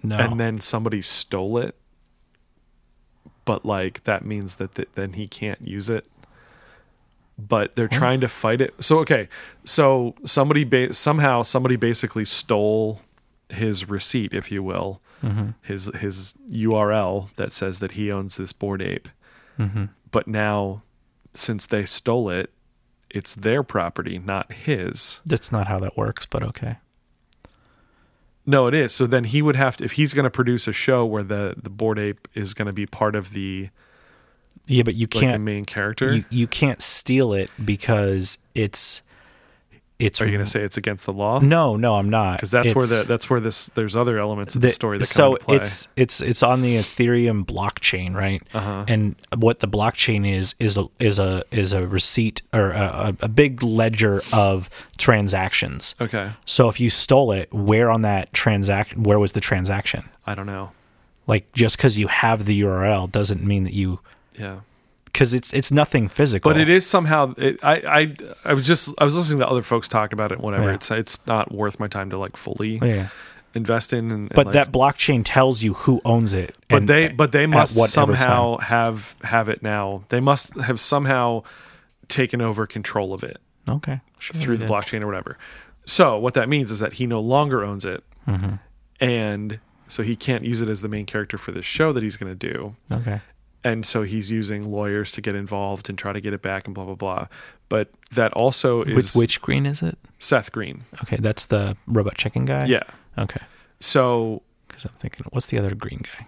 Speaker 2: no
Speaker 1: and then somebody stole it? But like that means that th- then he can't use it. But they're trying to fight it. So okay, so somebody ba- somehow somebody basically stole his receipt, if you will, his his URL that says that he owns this board ape. But now, since they stole it, it's their property, not his.
Speaker 2: that's not how that works but okay
Speaker 1: No, it is. So then he would have to, if he's going to produce a show where the the board ape is going to be part of the
Speaker 2: yeah but you
Speaker 1: like
Speaker 2: can't
Speaker 1: the main character.
Speaker 2: You, you can't steal it because it's it's
Speaker 1: are you going to say it's against the law?
Speaker 2: no no I'm not
Speaker 1: because that's where
Speaker 2: Mm-hmm. It's-
Speaker 1: the that's where this there's other elements of the, story that come
Speaker 2: so
Speaker 1: into play.
Speaker 2: it's it's it's on the Ethereum blockchain right
Speaker 1: Uh-huh.
Speaker 2: and what the blockchain is is a is a is a receipt or a, a, a big ledger of transactions
Speaker 1: okay.
Speaker 2: so if you stole it where on that transaction where was the transaction
Speaker 1: I don't know.
Speaker 2: Like just because you have the URL doesn't mean that you
Speaker 1: Yeah.
Speaker 2: because it's it's nothing physical.
Speaker 1: But it is somehow. It, I I I was just I was listening to other folks talk about it. And whatever.
Speaker 2: Yeah.
Speaker 1: It's it's not worth my time to like fully
Speaker 2: Yeah.
Speaker 1: invest in. And, and,
Speaker 2: But
Speaker 1: like-
Speaker 2: that blockchain tells you who owns it.
Speaker 1: But
Speaker 2: and-
Speaker 1: they but they
Speaker 2: at
Speaker 1: must
Speaker 2: whatever
Speaker 1: somehow
Speaker 2: time.
Speaker 1: have have it now. They must have somehow taken over control of it
Speaker 2: okay Sure,
Speaker 1: through the
Speaker 2: yeah.
Speaker 1: blockchain or whatever. So what that means is that he no longer owns it,
Speaker 2: Mm-hmm.
Speaker 1: and so he can't use it as the main character for this show that he's going to do.
Speaker 2: Okay.
Speaker 1: and so he's using lawyers to get involved and try to get it back and blah blah blah. But that also
Speaker 2: Which,
Speaker 1: is
Speaker 2: which green is it?
Speaker 1: Seth Green.
Speaker 2: Okay, that's the robot chicken guy.
Speaker 1: Yeah.
Speaker 2: Okay.
Speaker 1: So
Speaker 2: Because I'm thinking, what's the other green guy?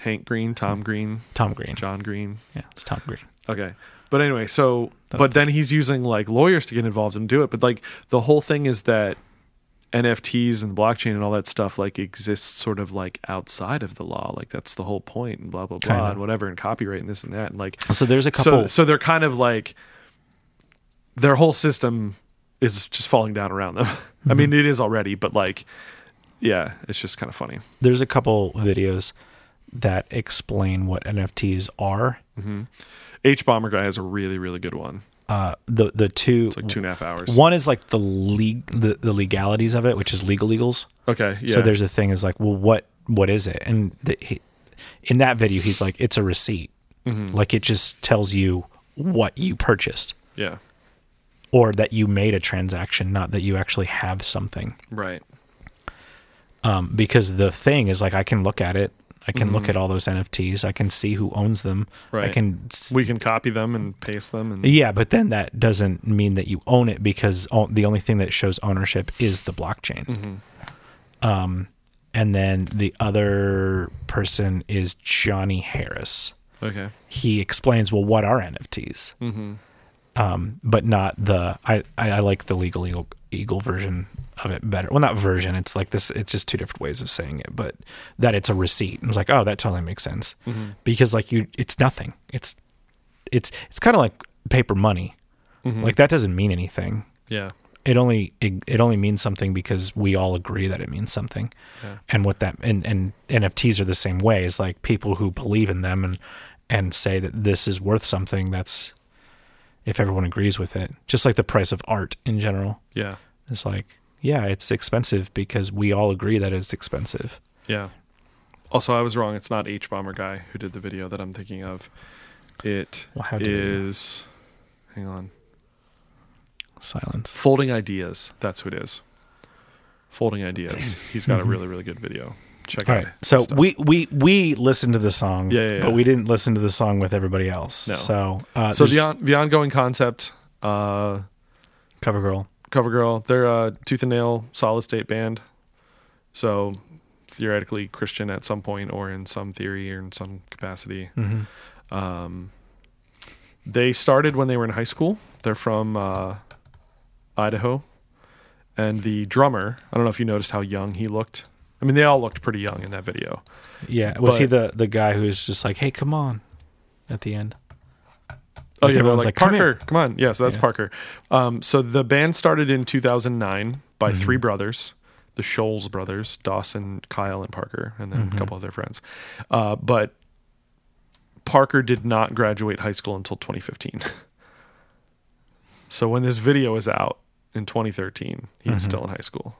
Speaker 1: Hank Green, Tom Green,
Speaker 2: Tom Green.
Speaker 1: John Green.
Speaker 2: Yeah, it's Tom Green.
Speaker 1: Okay. But anyway, so but then he's using like lawyers to get involved and do it. But like the whole thing is that NFTs and blockchain and all that stuff like exists sort of like outside of the law. Like that's the whole point and blah blah blah
Speaker 2: Kinda.
Speaker 1: and whatever and copyright and this and that and like
Speaker 2: So there's a
Speaker 1: so
Speaker 2: couple.
Speaker 1: so they're kind of like their whole system is just falling down around them. I
Speaker 2: Mm-hmm.
Speaker 1: mean, it is already, but like, yeah, it's just kind of funny.
Speaker 2: there's a couple videos that explain what NFTs are.
Speaker 1: H Bomber guy has a really really good one.
Speaker 2: Uh, the the two,
Speaker 1: It's like two and a half hours.
Speaker 2: one is like the league the, the legalities of it, which is legal eagles.
Speaker 1: Okay, yeah.
Speaker 2: So there's a thing is like, well, what what is it? And the, he, in that video, he's like, it's a receipt.
Speaker 1: Mm-hmm.
Speaker 2: Like it just tells you what you purchased
Speaker 1: yeah,
Speaker 2: or that you made a transaction, not that you actually have something.
Speaker 1: right.
Speaker 2: Um, because the thing is like, I can look at it. I can look at all those NFTs. I can see who owns them. I
Speaker 1: Mm-hmm. Right.
Speaker 2: can. s-
Speaker 1: We can copy them and paste them, and
Speaker 2: yeah, but then that doesn't mean that you own it because o- the only thing that shows ownership is the blockchain.
Speaker 1: Mm-hmm.
Speaker 2: Um,
Speaker 1: Mm.
Speaker 2: and then the other person is Johnny Harris.
Speaker 1: okay,
Speaker 2: He explains, well, what are NFTs? Mm-hmm. Um, but not the I, I, I like the legal eagle, eagle version of it better. Well, not version. It's like this. It's just two different ways of saying it, but that it's a receipt. I was like, oh, that totally makes sense
Speaker 1: Mm-hmm.
Speaker 2: because like you, it's nothing. It's it's it's kind of like paper money.
Speaker 1: Mm.
Speaker 2: Like that doesn't mean anything.
Speaker 1: Mm-hmm. yeah,
Speaker 2: It only it, it only means something because we all agree that it means something. And what that and and NFTs are the same way. It's like people who believe in them and and say that this is worth something. That's if everyone agrees with it. Just like the price of art in general.
Speaker 1: yeah,
Speaker 2: It's like yeah, it's expensive because we all agree that it's expensive.
Speaker 1: yeah. Also, I was wrong. It's not H Bomber guy who did the video that I'm thinking of. It is.
Speaker 2: Well, how dare you.
Speaker 1: Hang on.
Speaker 2: Silence.
Speaker 1: Folding Ideas. That's who it is. Folding Ideas. He's got a really, really good video. Check
Speaker 2: Mm-hmm. All
Speaker 1: it
Speaker 2: right.
Speaker 1: out.
Speaker 2: So
Speaker 1: Stuff.
Speaker 2: we we we listened to the song,
Speaker 1: Yeah, yeah,
Speaker 2: but
Speaker 1: yeah.
Speaker 2: we didn't listen to the song with everybody else.
Speaker 1: No.
Speaker 2: So uh,
Speaker 1: so the
Speaker 2: there's
Speaker 1: on, the ongoing concept, uh,
Speaker 2: CoverGirl.
Speaker 1: CoverGirl, they're a tooth and nail solid state band. So theoretically Christian at some point or in some theory or in some capacity.
Speaker 2: Mm-hmm.
Speaker 1: Um, they started when they were in high school. They're from uh, Idaho. And the drummer, I don't know if you noticed how young he looked. I mean, they all looked pretty young in that video.
Speaker 2: Yeah, was he
Speaker 1: But-
Speaker 2: the the guy who was just like, "Hey, come on," at the end?
Speaker 1: Oh,
Speaker 2: Like,
Speaker 1: yeah, everyone's
Speaker 2: everyone's
Speaker 1: like,
Speaker 2: like, "Come
Speaker 1: Parker,
Speaker 2: here."
Speaker 1: come, on. Yeah, so that's
Speaker 2: Yeah.
Speaker 1: Parker. Um, so the band started in 2009 by
Speaker 2: Mm-hmm.
Speaker 1: three brothers, the Scholes brothers, Dawson, Kyle, and Parker, and then
Speaker 2: Mm-hmm.
Speaker 1: a couple of their friends. Uh, but Parker did not graduate high school until 2015. so when this video is out in 2013, he
Speaker 2: Mm-hmm.
Speaker 1: was still in high school.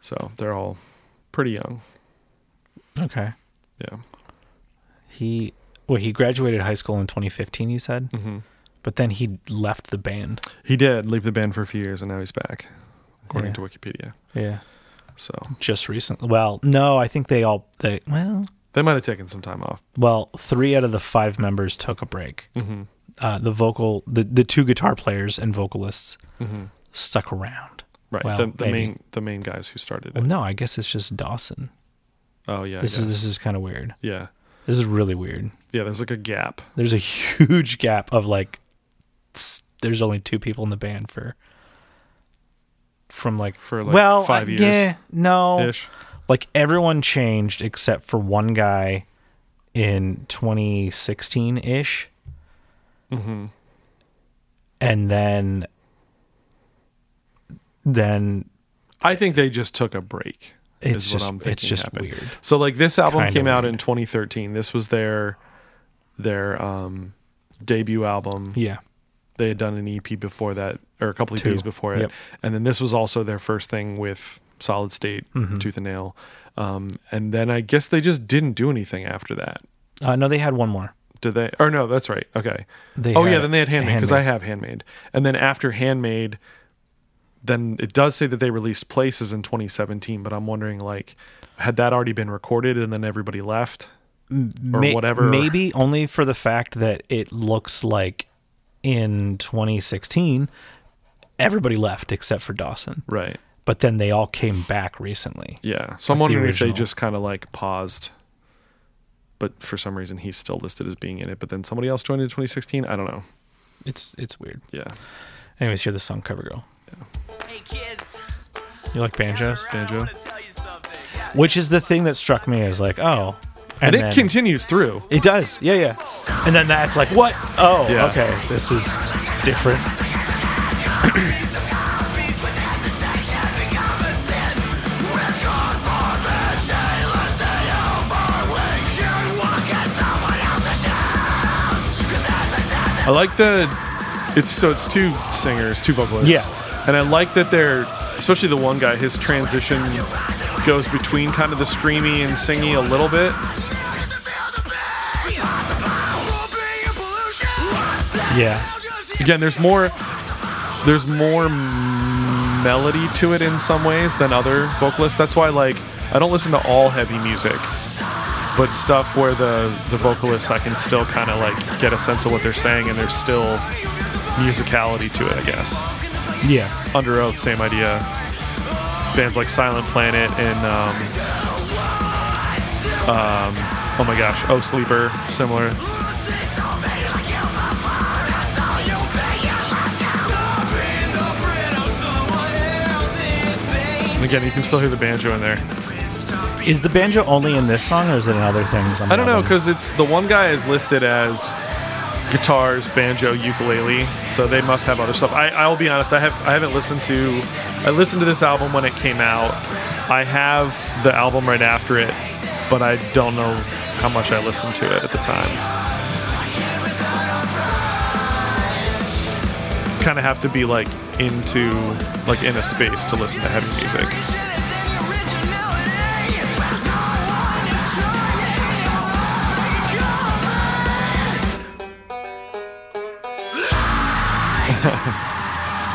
Speaker 1: So they're all pretty young.
Speaker 2: Okay.
Speaker 1: Yeah.
Speaker 2: He well, he graduated high school in 2015. You said, mm-hmm. but then he left the band.
Speaker 1: He did leave the band for a few years, and now he's back, according
Speaker 2: Yeah.
Speaker 1: to Wikipedia.
Speaker 2: Yeah,
Speaker 1: So
Speaker 2: just recently. Well, no, I think they all they well
Speaker 1: they might have taken some time off.
Speaker 2: well three out of the five members took a break.
Speaker 1: Mm-hmm.
Speaker 2: Uh, the vocal the the two guitar players and vocalists stuck around.
Speaker 1: Mm-hmm. Right.
Speaker 2: Well,
Speaker 1: the the
Speaker 2: maybe.
Speaker 1: main the main guys who started
Speaker 2: Well,
Speaker 1: it.
Speaker 2: no, I guess it's just Dawson.
Speaker 1: Oh yeah.
Speaker 2: This
Speaker 1: yeah.
Speaker 2: is this is kind of weird.
Speaker 1: yeah.
Speaker 2: This is really weird.
Speaker 1: Yeah, there's like a gap.
Speaker 2: There's a huge gap of like s- there's only two people in the band for from like
Speaker 1: For, like,
Speaker 2: well
Speaker 1: five
Speaker 2: I-
Speaker 1: years
Speaker 2: Yeah, no.
Speaker 1: Ish.
Speaker 2: Like everyone changed except for one guy in 2016 ish. Mm-hmm.
Speaker 1: Mm-hmm.
Speaker 2: And then then
Speaker 1: I think they just took a break.
Speaker 2: It's
Speaker 1: is
Speaker 2: just-
Speaker 1: what I'm
Speaker 2: it's
Speaker 1: thinking
Speaker 2: just
Speaker 1: happened.
Speaker 2: weird.
Speaker 1: So like this album
Speaker 2: Kinda
Speaker 1: came out
Speaker 2: weird.
Speaker 1: in 2013. This was their their um, debut album.
Speaker 2: Yeah.
Speaker 1: They had done an EP before that, or a couple
Speaker 2: Two.
Speaker 1: EPs before it,
Speaker 2: Yep.
Speaker 1: and then this was also their first thing with Solid State,
Speaker 2: Mm-hmm.
Speaker 1: Tooth and Nail. Um, and then I guess they just didn't do anything after that.
Speaker 2: Uh, no, they had one more.
Speaker 1: Did they? Or no, that's right. Okay.
Speaker 2: They
Speaker 1: oh yeah,
Speaker 2: had
Speaker 1: then they had Handmade because I
Speaker 2: Handmaid.
Speaker 1: have Handmade, and then after Handmade, then it does say that they released Places in 2017, but I'm wondering like, had that already been recorded and then everybody left or
Speaker 2: May-
Speaker 1: whatever?
Speaker 2: Maybe only for the fact that it looks like in 2016, everybody left except for Dawson.
Speaker 1: right?
Speaker 2: But then they all came back recently.
Speaker 1: Yeah. So I'm
Speaker 2: Like the
Speaker 1: wondering if they
Speaker 2: original.
Speaker 1: just kind of like paused, but for some reason he's still listed as being in it, but then somebody else joined in 2016. I don't know.
Speaker 2: It's it's weird.
Speaker 1: Yeah.
Speaker 2: Anyways, hear the song Cover Girl.
Speaker 6: Hey kids,
Speaker 2: You like banjos?
Speaker 6: I want to tell you something. Yeah,
Speaker 2: Which is the thing that struck me as like, oh.
Speaker 1: And, it
Speaker 2: then-
Speaker 1: continues through.
Speaker 2: It does. Yeah, yeah. And then that's like, what? Oh,
Speaker 1: Yeah.
Speaker 2: okay. This is different.
Speaker 1: I like the it's so it's two singers, two vocalists.
Speaker 2: Yeah.
Speaker 1: And I like that they're especially the one guy, his transition goes between kind of the screamy and singy a little bit.
Speaker 2: Yeah.
Speaker 1: Again, there's more there's more m- melody to it in some ways than other vocalists. That's why like I don't listen to all heavy music. But stuff where the the vocalists I can still kind of like get a sense of what they're saying and there's still musicality to it, I guess.
Speaker 2: Yeah.
Speaker 1: Under Oath, same idea. Bands like Silent Planet and um, um, oh my gosh, Oh Sleeper, similar. And again, you can still hear the banjo in there.
Speaker 2: Is the banjo only in this song or is it in other things?
Speaker 1: I don't know because it's the one guy is listed as guitars, banjo, ukulele, so they must have other stuff. I, I'll be honest, I have I haven't listened to I listened to this album when it came out. I have the album right after it, but I don't know how much I listened to it at the time. Kind of have to be like into like in a space to listen to heavy music.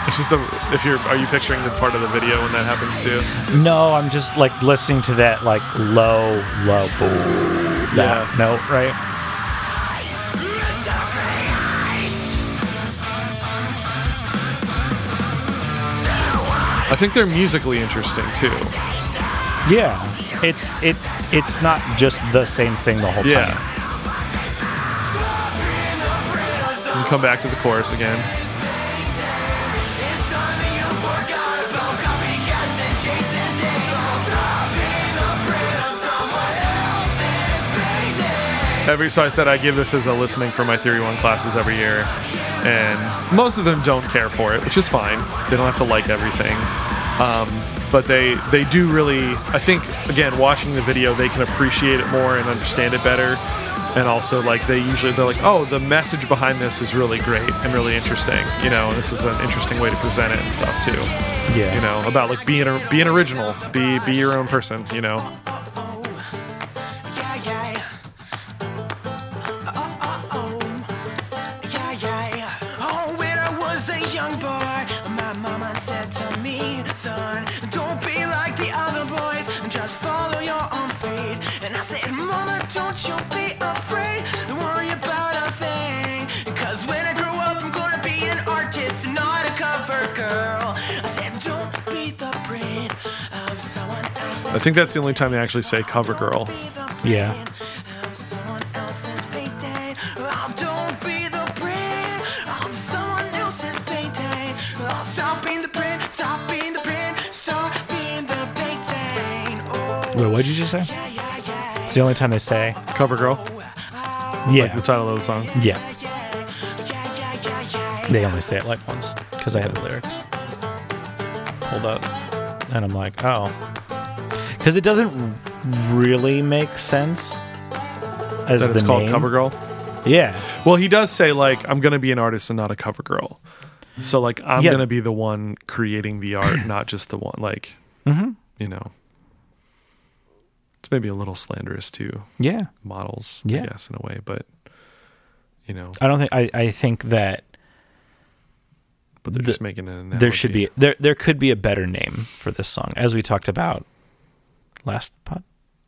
Speaker 1: It's just a, if you're are you picturing the part of the video when that happens too?
Speaker 2: No, I'm just like listening to that like low, low, boo, that
Speaker 1: Yeah.
Speaker 2: note, right?
Speaker 1: I think they're musically interesting too.
Speaker 2: Yeah. It's it. It's not just the same thing the whole
Speaker 1: Yeah.
Speaker 2: time.
Speaker 1: And come back to the chorus again. Every so I said I give this as a listening for my theory one classes every year, and most of them don't care for it, which is fine. They don't have to like everything, um, but they they do really. I think again, watching the video, they can appreciate it more and understand it better, and also like they usually they're like, oh, the message behind this is really great and really interesting. You know, this is an interesting way to present it and stuff too.
Speaker 2: Yeah.
Speaker 1: You know, about like being a, being original, be be your own person. You know.
Speaker 6: Uh, oh. Son, don't be like the other boys, just follow your own fate. And I said, Mama, don't you be afraid, don't worry about a thing. Cause when I grow up, I'm gonna be an artist, not a cover girl. I said, don't be the brain of someone else.
Speaker 1: I think that's the only time they actually say cover girl.
Speaker 2: Yeah. Wait, what'd you just say? It's the only time they say
Speaker 1: Cover girl,
Speaker 2: yeah.
Speaker 1: the title of the song.
Speaker 2: yeah. They only say it like once because I had the lyrics pulled up, and I'm like, oh, because it doesn't really make sense. As
Speaker 1: that
Speaker 2: the
Speaker 1: it's called
Speaker 2: name.
Speaker 1: CoverGirl.
Speaker 2: Yeah,
Speaker 1: Well, he does say like I'm gonna be an artist and not a cover girl. So like I'm
Speaker 2: Yeah.
Speaker 1: gonna be the one creating the art, not just the one like
Speaker 2: Mm-hmm.
Speaker 1: you know. It's maybe a little slanderous to
Speaker 2: yeah.
Speaker 1: models,
Speaker 2: Yeah. Uh,
Speaker 1: I guess, in a way, but you know,
Speaker 2: I don't think I. I think that
Speaker 1: but they're
Speaker 2: the-
Speaker 1: just making an analogy.
Speaker 2: there should be there there could be a better name for this song, as we talked about last pod.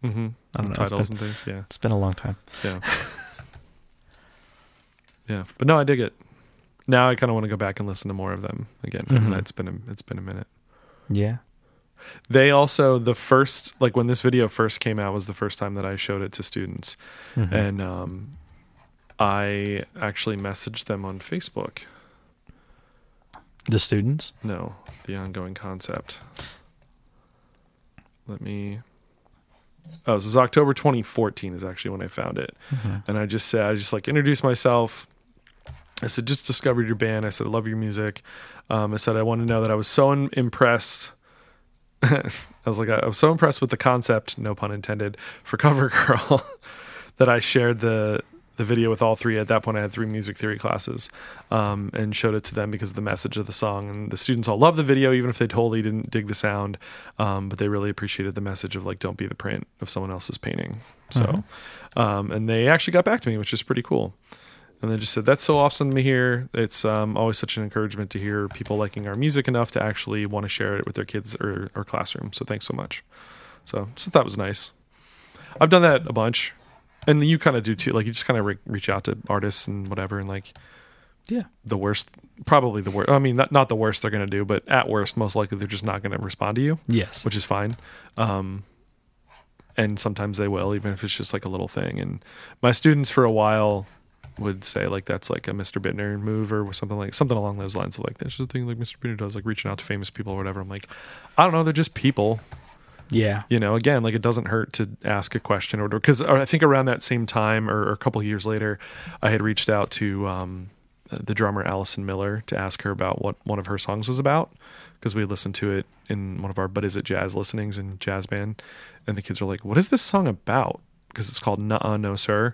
Speaker 1: Mhm.
Speaker 2: I don't know. It's
Speaker 1: titles
Speaker 2: been,
Speaker 1: and things. Yeah,
Speaker 2: it's been a long time.
Speaker 1: yeah, yeah. But no, I dig it. Now I kind of want to go back and listen to more of them again
Speaker 2: Mm-hmm.
Speaker 1: because it's been a, it's been a minute.
Speaker 2: Yeah.
Speaker 1: they also the first like when this video first came out was the first time that I showed it to students,
Speaker 2: Mm-hmm.
Speaker 1: and um, I actually messaged them on Facebook.
Speaker 2: The students.
Speaker 1: No, the ongoing concept. Let me. Oh, this is October 2014 is actually when I found it, and I just said I just like introduced myself. I said just discovered your band. I said I love your music. Um, I said I want to know that I was so im- impressed. I was like I was so impressed with the concept, no pun intended, for CoverGirl that I shared the the video with all three. At that point, I had three music theory classes um, and showed it to them because of the message of the song. And the students all loved the video, even if they totally didn't dig the sound. Um, but they really appreciated the message of like, don't be the print of someone else's painting. So, um, and they actually got back to me, which is pretty cool. And they just said, "That's so awesome to hear. It's um, always such an encouragement to hear people liking our music enough to actually want to share it with their kids or, or classroom. So thanks so much." So, so that was nice. I've done that a bunch, and you kind of do too. Like you just kind of re- reach out to artists and whatever, and like
Speaker 2: Yeah.
Speaker 1: the worst, probably the worst. I mean, not not the worst they're gonna do, but at worst, most likely they're just not gonna respond to you,
Speaker 2: Yes.
Speaker 1: which is fine. Um, and sometimes they will, even if it's just like a little thing. And my students for a while would say like that's like a Mr. Bittner move or something like something along those lines of like that's just a thing like Mr. Bittner does, like reaching out to famous people or whatever. I'm like, I don't know, they're just people
Speaker 2: yeah.
Speaker 1: you know, again, like it doesn't hurt to ask a question or because I think around that same time or, or a couple of years later, I had reached out to um, the drummer Allison Miller to ask her about what one of her songs was about because we listened to it in one of our But Is It Jazz listenings in jazz band, and the kids were like, "What is this song about?" Because it's called Nuh-uh, No Sir,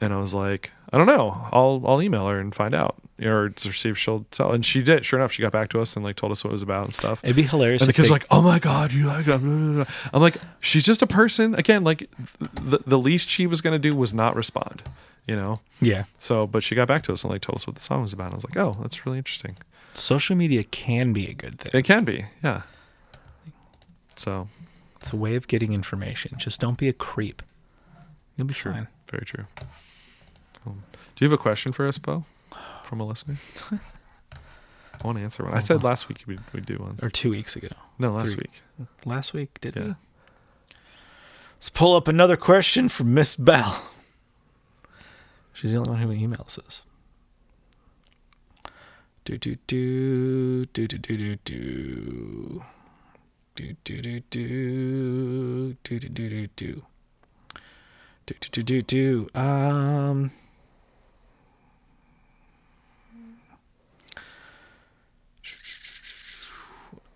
Speaker 1: and I was like, "I don't know. I'll I'll email her and find out or to see if she'll tell." And she did. Sure enough, she got back to us and like told us what it was about and stuff.
Speaker 2: It'd be hilarious.
Speaker 1: And the
Speaker 2: if
Speaker 1: kids
Speaker 2: they-
Speaker 1: are like, "Oh my god, you like?" Blah, blah, blah, blah." I'm like, "She's just a person." Again, like th- the the least she was gonna do was not respond, you know.
Speaker 2: yeah.
Speaker 1: So, but she got back to us and like told us what the song was about. And I was like, "Oh, that's really interesting."
Speaker 2: Social media can be a good thing.
Speaker 1: It can be, yeah. So
Speaker 2: It's a way of getting information. Just don't be a creep. You'll be fine.
Speaker 1: very true. Um, do you have a question for us, Bo, from a listener? I want to answer one. I said last week we we do one.
Speaker 2: Or two weeks ago.
Speaker 1: No, last
Speaker 2: three.
Speaker 1: week.
Speaker 2: Last week, did
Speaker 1: Yeah.
Speaker 2: we? Let's pull up another question from Miss Bell. She's the only one who emails us. Do do do do do do do do do do do do do do do do do do do do do do. Um.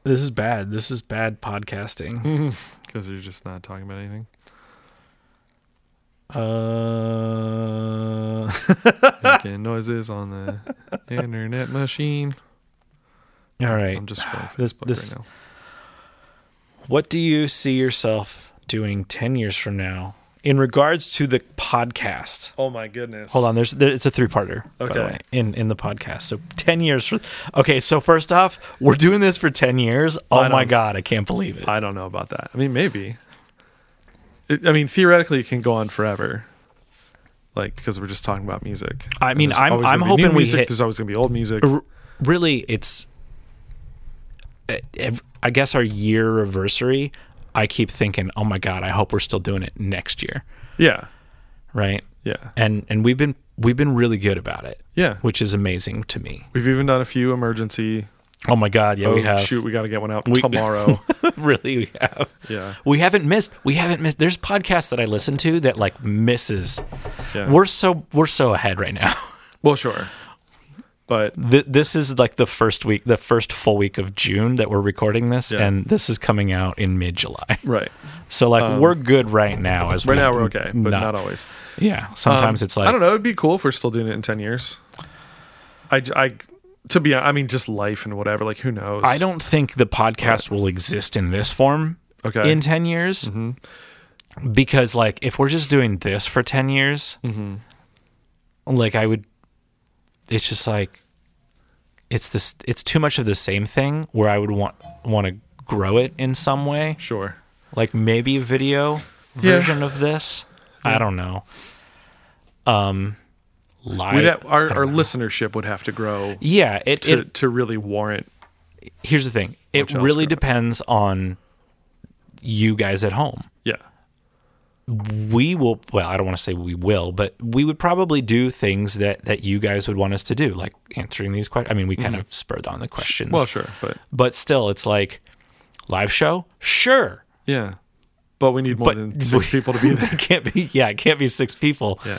Speaker 2: This is bad. This is bad podcasting.
Speaker 1: Because you're just not talking about anything.
Speaker 2: Uh,
Speaker 1: Making noises on the internet machine.
Speaker 2: all right.
Speaker 1: I'm just scrolling
Speaker 2: This-
Speaker 1: Facebook
Speaker 2: this-
Speaker 1: right now.
Speaker 2: What do you see yourself doing 10 years from now in regards to the podcast?
Speaker 1: Oh my goodness.
Speaker 2: Hold on, there's there, it's a three-parter by the
Speaker 1: Okay.
Speaker 2: way in in the podcast. So 10 years for Okay, so first off, we're doing this for 10 years. Oh
Speaker 1: I
Speaker 2: my
Speaker 1: don't-
Speaker 2: god, I can't believe it.
Speaker 1: I don't know about that. I mean, maybe. It, I mean, theoretically, it can go on forever. Like, because we're just talking about music.
Speaker 2: I
Speaker 1: And
Speaker 2: mean,
Speaker 1: there's
Speaker 2: I'm-
Speaker 1: always
Speaker 2: I'm
Speaker 1: gonna be
Speaker 2: hoping
Speaker 1: new
Speaker 2: we
Speaker 1: music,
Speaker 2: hit-
Speaker 1: There's always going to be old music.
Speaker 2: R- really it's e- ev- I guess our year anniversary, I keep thinking, "Oh my god, I hope we're still doing it next year."
Speaker 1: Yeah,
Speaker 2: Right?
Speaker 1: yeah,
Speaker 2: and and we've been we've been really good about it
Speaker 1: yeah.
Speaker 2: which is amazing to me
Speaker 1: We've even done a few emergency.
Speaker 2: oh my god yeah
Speaker 1: Oh
Speaker 2: we have
Speaker 1: shoot, we got to get one out
Speaker 2: We-
Speaker 1: tomorrow.
Speaker 2: really we have
Speaker 1: yeah,
Speaker 2: we haven't missed we haven't missed there's podcasts that i listen to that like misses
Speaker 1: yeah.
Speaker 2: we're so we're so ahead right now
Speaker 1: well, sure. But
Speaker 2: Th- this is like the first week, the first full week of June that we're recording this,
Speaker 1: Yeah.
Speaker 2: and this is coming out in mid July.
Speaker 1: right,
Speaker 2: So like we're good right now. As
Speaker 1: Um, right
Speaker 2: we-
Speaker 1: now we're okay, but
Speaker 2: no.
Speaker 1: not always.
Speaker 2: Yeah, sometimes
Speaker 1: Um,
Speaker 2: it's like
Speaker 1: I don't know. It'd be cool if we're still doing it in ten years. I, j- I- to be, hon- I mean, just life and whatever. Like, who knows?
Speaker 2: I don't think the podcast will exist in this form
Speaker 1: Okay. Mm-hmm.
Speaker 2: in 10 years. Because, like, if we're just doing this for 10 years,
Speaker 1: Mm-hmm.
Speaker 2: like, I would, it's just like, it's this, it's too much of the same thing where I would want, want to grow it in some way.
Speaker 1: Sure.
Speaker 2: Like, maybe a video
Speaker 1: Yeah.
Speaker 2: version of this. I don't know. Um,
Speaker 1: We'd
Speaker 2: live.
Speaker 1: have, our our listenership would have to grow
Speaker 2: yeah, it,
Speaker 1: to
Speaker 2: it
Speaker 1: to really warrant.
Speaker 2: here's the thing it
Speaker 1: Watch out,
Speaker 2: really
Speaker 1: Scott.
Speaker 2: depends on you guys at home
Speaker 1: Yeah.
Speaker 2: we will well i don't want to say we will but we would probably do things that that you guys would want us to do like answering these questions i mean we kind of spurred on the questions
Speaker 1: Mm-hmm. Well, sure, but
Speaker 2: but still it's like live show sure
Speaker 1: yeah. But we need more
Speaker 2: But-
Speaker 1: than six people to be there.
Speaker 2: it can't be yeah it can't be six people
Speaker 1: Yeah.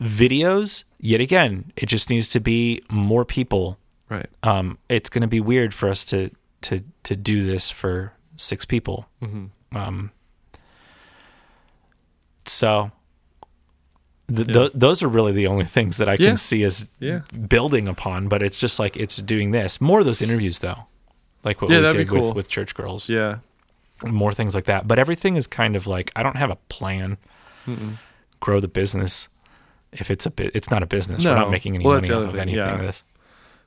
Speaker 2: videos yet again it just needs to be more people
Speaker 1: Right.
Speaker 2: um, it's going to be weird for us to to to do this for six people. Um,
Speaker 1: Mm-hmm.
Speaker 2: so th- th- those are really the only things that I
Speaker 1: Yeah.
Speaker 2: can see as
Speaker 1: Yeah.
Speaker 2: building upon. But it's just like it's doing this more of those interviews though, like what
Speaker 1: Yeah,
Speaker 2: we
Speaker 1: that'd
Speaker 2: did
Speaker 1: be cool.
Speaker 2: with with Church Girls,
Speaker 1: Yeah.
Speaker 2: more things like that. But everything is kind of like I don't have a plan. Grow the business. If it's a bit, it's not a business. We're
Speaker 1: No.
Speaker 2: not making any
Speaker 1: Well, that's the
Speaker 2: money off
Speaker 1: other
Speaker 2: of
Speaker 1: thing,
Speaker 2: anything.
Speaker 1: yeah.
Speaker 2: of This.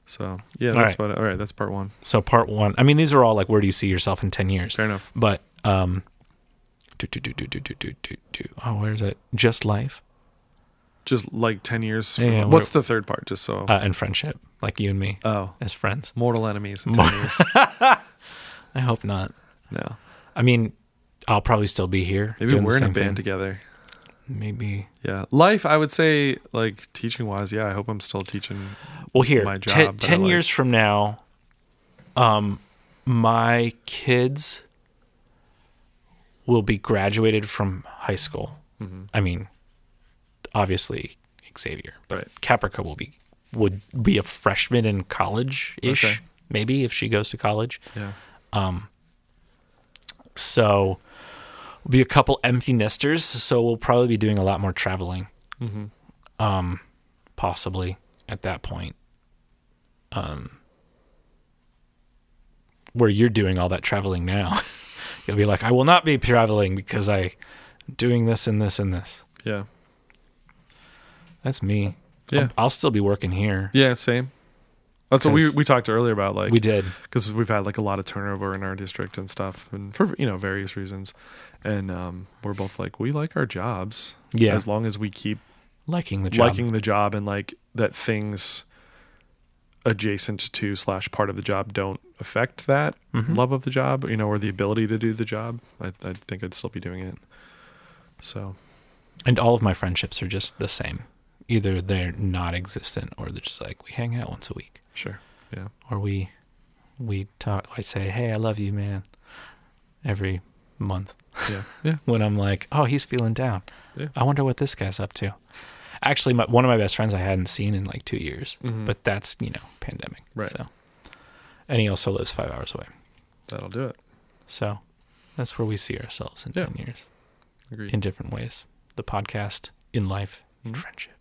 Speaker 1: So yeah, that's
Speaker 2: All right.
Speaker 1: about it. All right, that's part one.
Speaker 2: So part one. I mean, these are all like where do you see yourself in ten years?
Speaker 1: Fair enough.
Speaker 2: But um, do do do do do do do do do. Oh, where's that? Just life
Speaker 1: Just like ten years.
Speaker 2: Yeah, yeah,
Speaker 1: What's the third part? Just so.
Speaker 2: uh, and friendship, like you and me
Speaker 1: oh,
Speaker 2: as friends.
Speaker 1: mortal enemies. In ten years.
Speaker 2: I hope not.
Speaker 1: No,
Speaker 2: I mean, I'll probably still be here.
Speaker 1: maybe
Speaker 2: doing the
Speaker 1: we're in a
Speaker 2: same
Speaker 1: band
Speaker 2: thing.
Speaker 1: together.
Speaker 2: Maybe.
Speaker 1: Yeah, life. I would say like teaching wise. Yeah, I hope I'm still teaching.
Speaker 2: Well, here,
Speaker 1: My
Speaker 2: te-
Speaker 1: job that I
Speaker 2: ten
Speaker 1: like.
Speaker 2: years from now, um, my kids will be graduated from high school.
Speaker 1: Mm-hmm.
Speaker 2: I mean, obviously Xavier, but
Speaker 1: Right.
Speaker 2: Caprica will be would be a freshman in college ish,
Speaker 1: Okay.
Speaker 2: maybe if she goes to college.
Speaker 1: Yeah,
Speaker 2: So we'll be a couple empty nesters. So we'll probably be doing a lot more traveling, um,
Speaker 1: Mm-hmm.
Speaker 2: possibly at that point. Um, where you're doing all that traveling now, you'll be like, I will not be traveling because I doing this and this and this.
Speaker 1: yeah,
Speaker 2: That's me.
Speaker 1: Yeah.
Speaker 2: I'll, I'll still be working here.
Speaker 1: yeah. Same. That's what we
Speaker 2: 'Cause-
Speaker 1: we talked earlier about. Like
Speaker 2: We did.
Speaker 1: because we've had like a lot of turnover in our district and stuff, and for you know various reasons. And um, we're both like we like our jobs.
Speaker 2: Yeah.
Speaker 1: as long as we keep
Speaker 2: Liking the job.
Speaker 1: liking the job and like that things adjacent to slash part of the job don't affect that
Speaker 2: Mm-hmm.
Speaker 1: love of the job you know or the ability to do the job I, I think i'd still be doing it so
Speaker 2: And all of my friendships are just the same. Either they're not existent or they're just like, we hang out once a week.
Speaker 1: sure yeah
Speaker 2: or we we talk I say, "Hey, I love you, man." Every month
Speaker 1: yeah yeah
Speaker 2: when I'm like, "Oh, he's feeling down.
Speaker 1: Yeah.
Speaker 2: I wonder what this guy's up to." Actually, my, one of my best friends I hadn't seen in like 2 years,
Speaker 1: Mm-hmm.
Speaker 2: but that's, you know, pandemic.
Speaker 1: Mm. Right.
Speaker 2: So and he also lives 5 hours away.
Speaker 1: that'll do it
Speaker 2: So that's where we see ourselves in
Speaker 1: Yeah.
Speaker 2: 10 years
Speaker 1: agreed
Speaker 2: in different ways. The podcast, in life,
Speaker 1: Mm-hmm.
Speaker 2: in friendship.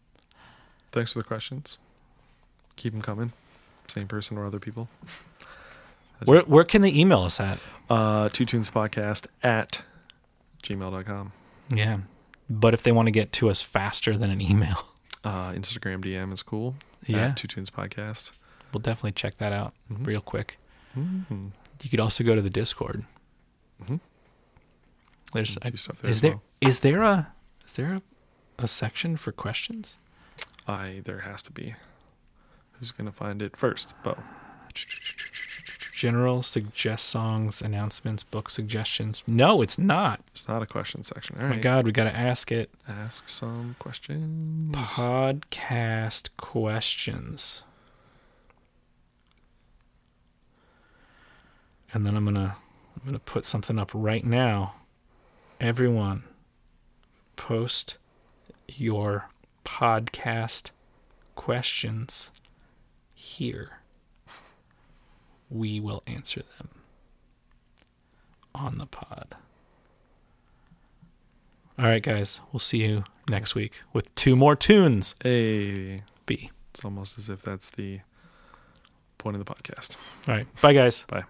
Speaker 1: thanks for the questions keep them coming same person or other people
Speaker 2: Where where can they email us at?
Speaker 1: uh two tunes podcast at gmail.com
Speaker 2: Yeah. But if they want to get to us faster than an email,
Speaker 1: uh instagram dm is cool
Speaker 2: Yeah.
Speaker 1: at two tunes podcast
Speaker 2: we'll definitely check that out
Speaker 1: Mm-hmm.
Speaker 2: real quick. Hmm.
Speaker 1: Hmm.
Speaker 2: You could also go to the Discord. There's
Speaker 1: can
Speaker 2: I-
Speaker 1: do stuff there
Speaker 2: is
Speaker 1: as
Speaker 2: there
Speaker 1: Mm-hmm. well.
Speaker 2: is there a is there a, a section for questions?
Speaker 1: i there has to be who's gonna find it first bo
Speaker 2: General suggest songs, announcements, book suggestions. No, it's not.
Speaker 1: It's not a question section. All
Speaker 2: Oh
Speaker 1: right.
Speaker 2: my God, we gotta ask it.
Speaker 1: Ask some questions.
Speaker 2: Podcast questions. And then I'm gonna I'm gonna put something up right now. Everyone post your podcast questions here. We will answer them on the pod. All right, guys. We'll see you next week with two more tunes.
Speaker 1: Hey,
Speaker 2: B.
Speaker 1: it's almost as if that's the point of the podcast.
Speaker 2: All right. Bye, guys.
Speaker 1: Bye.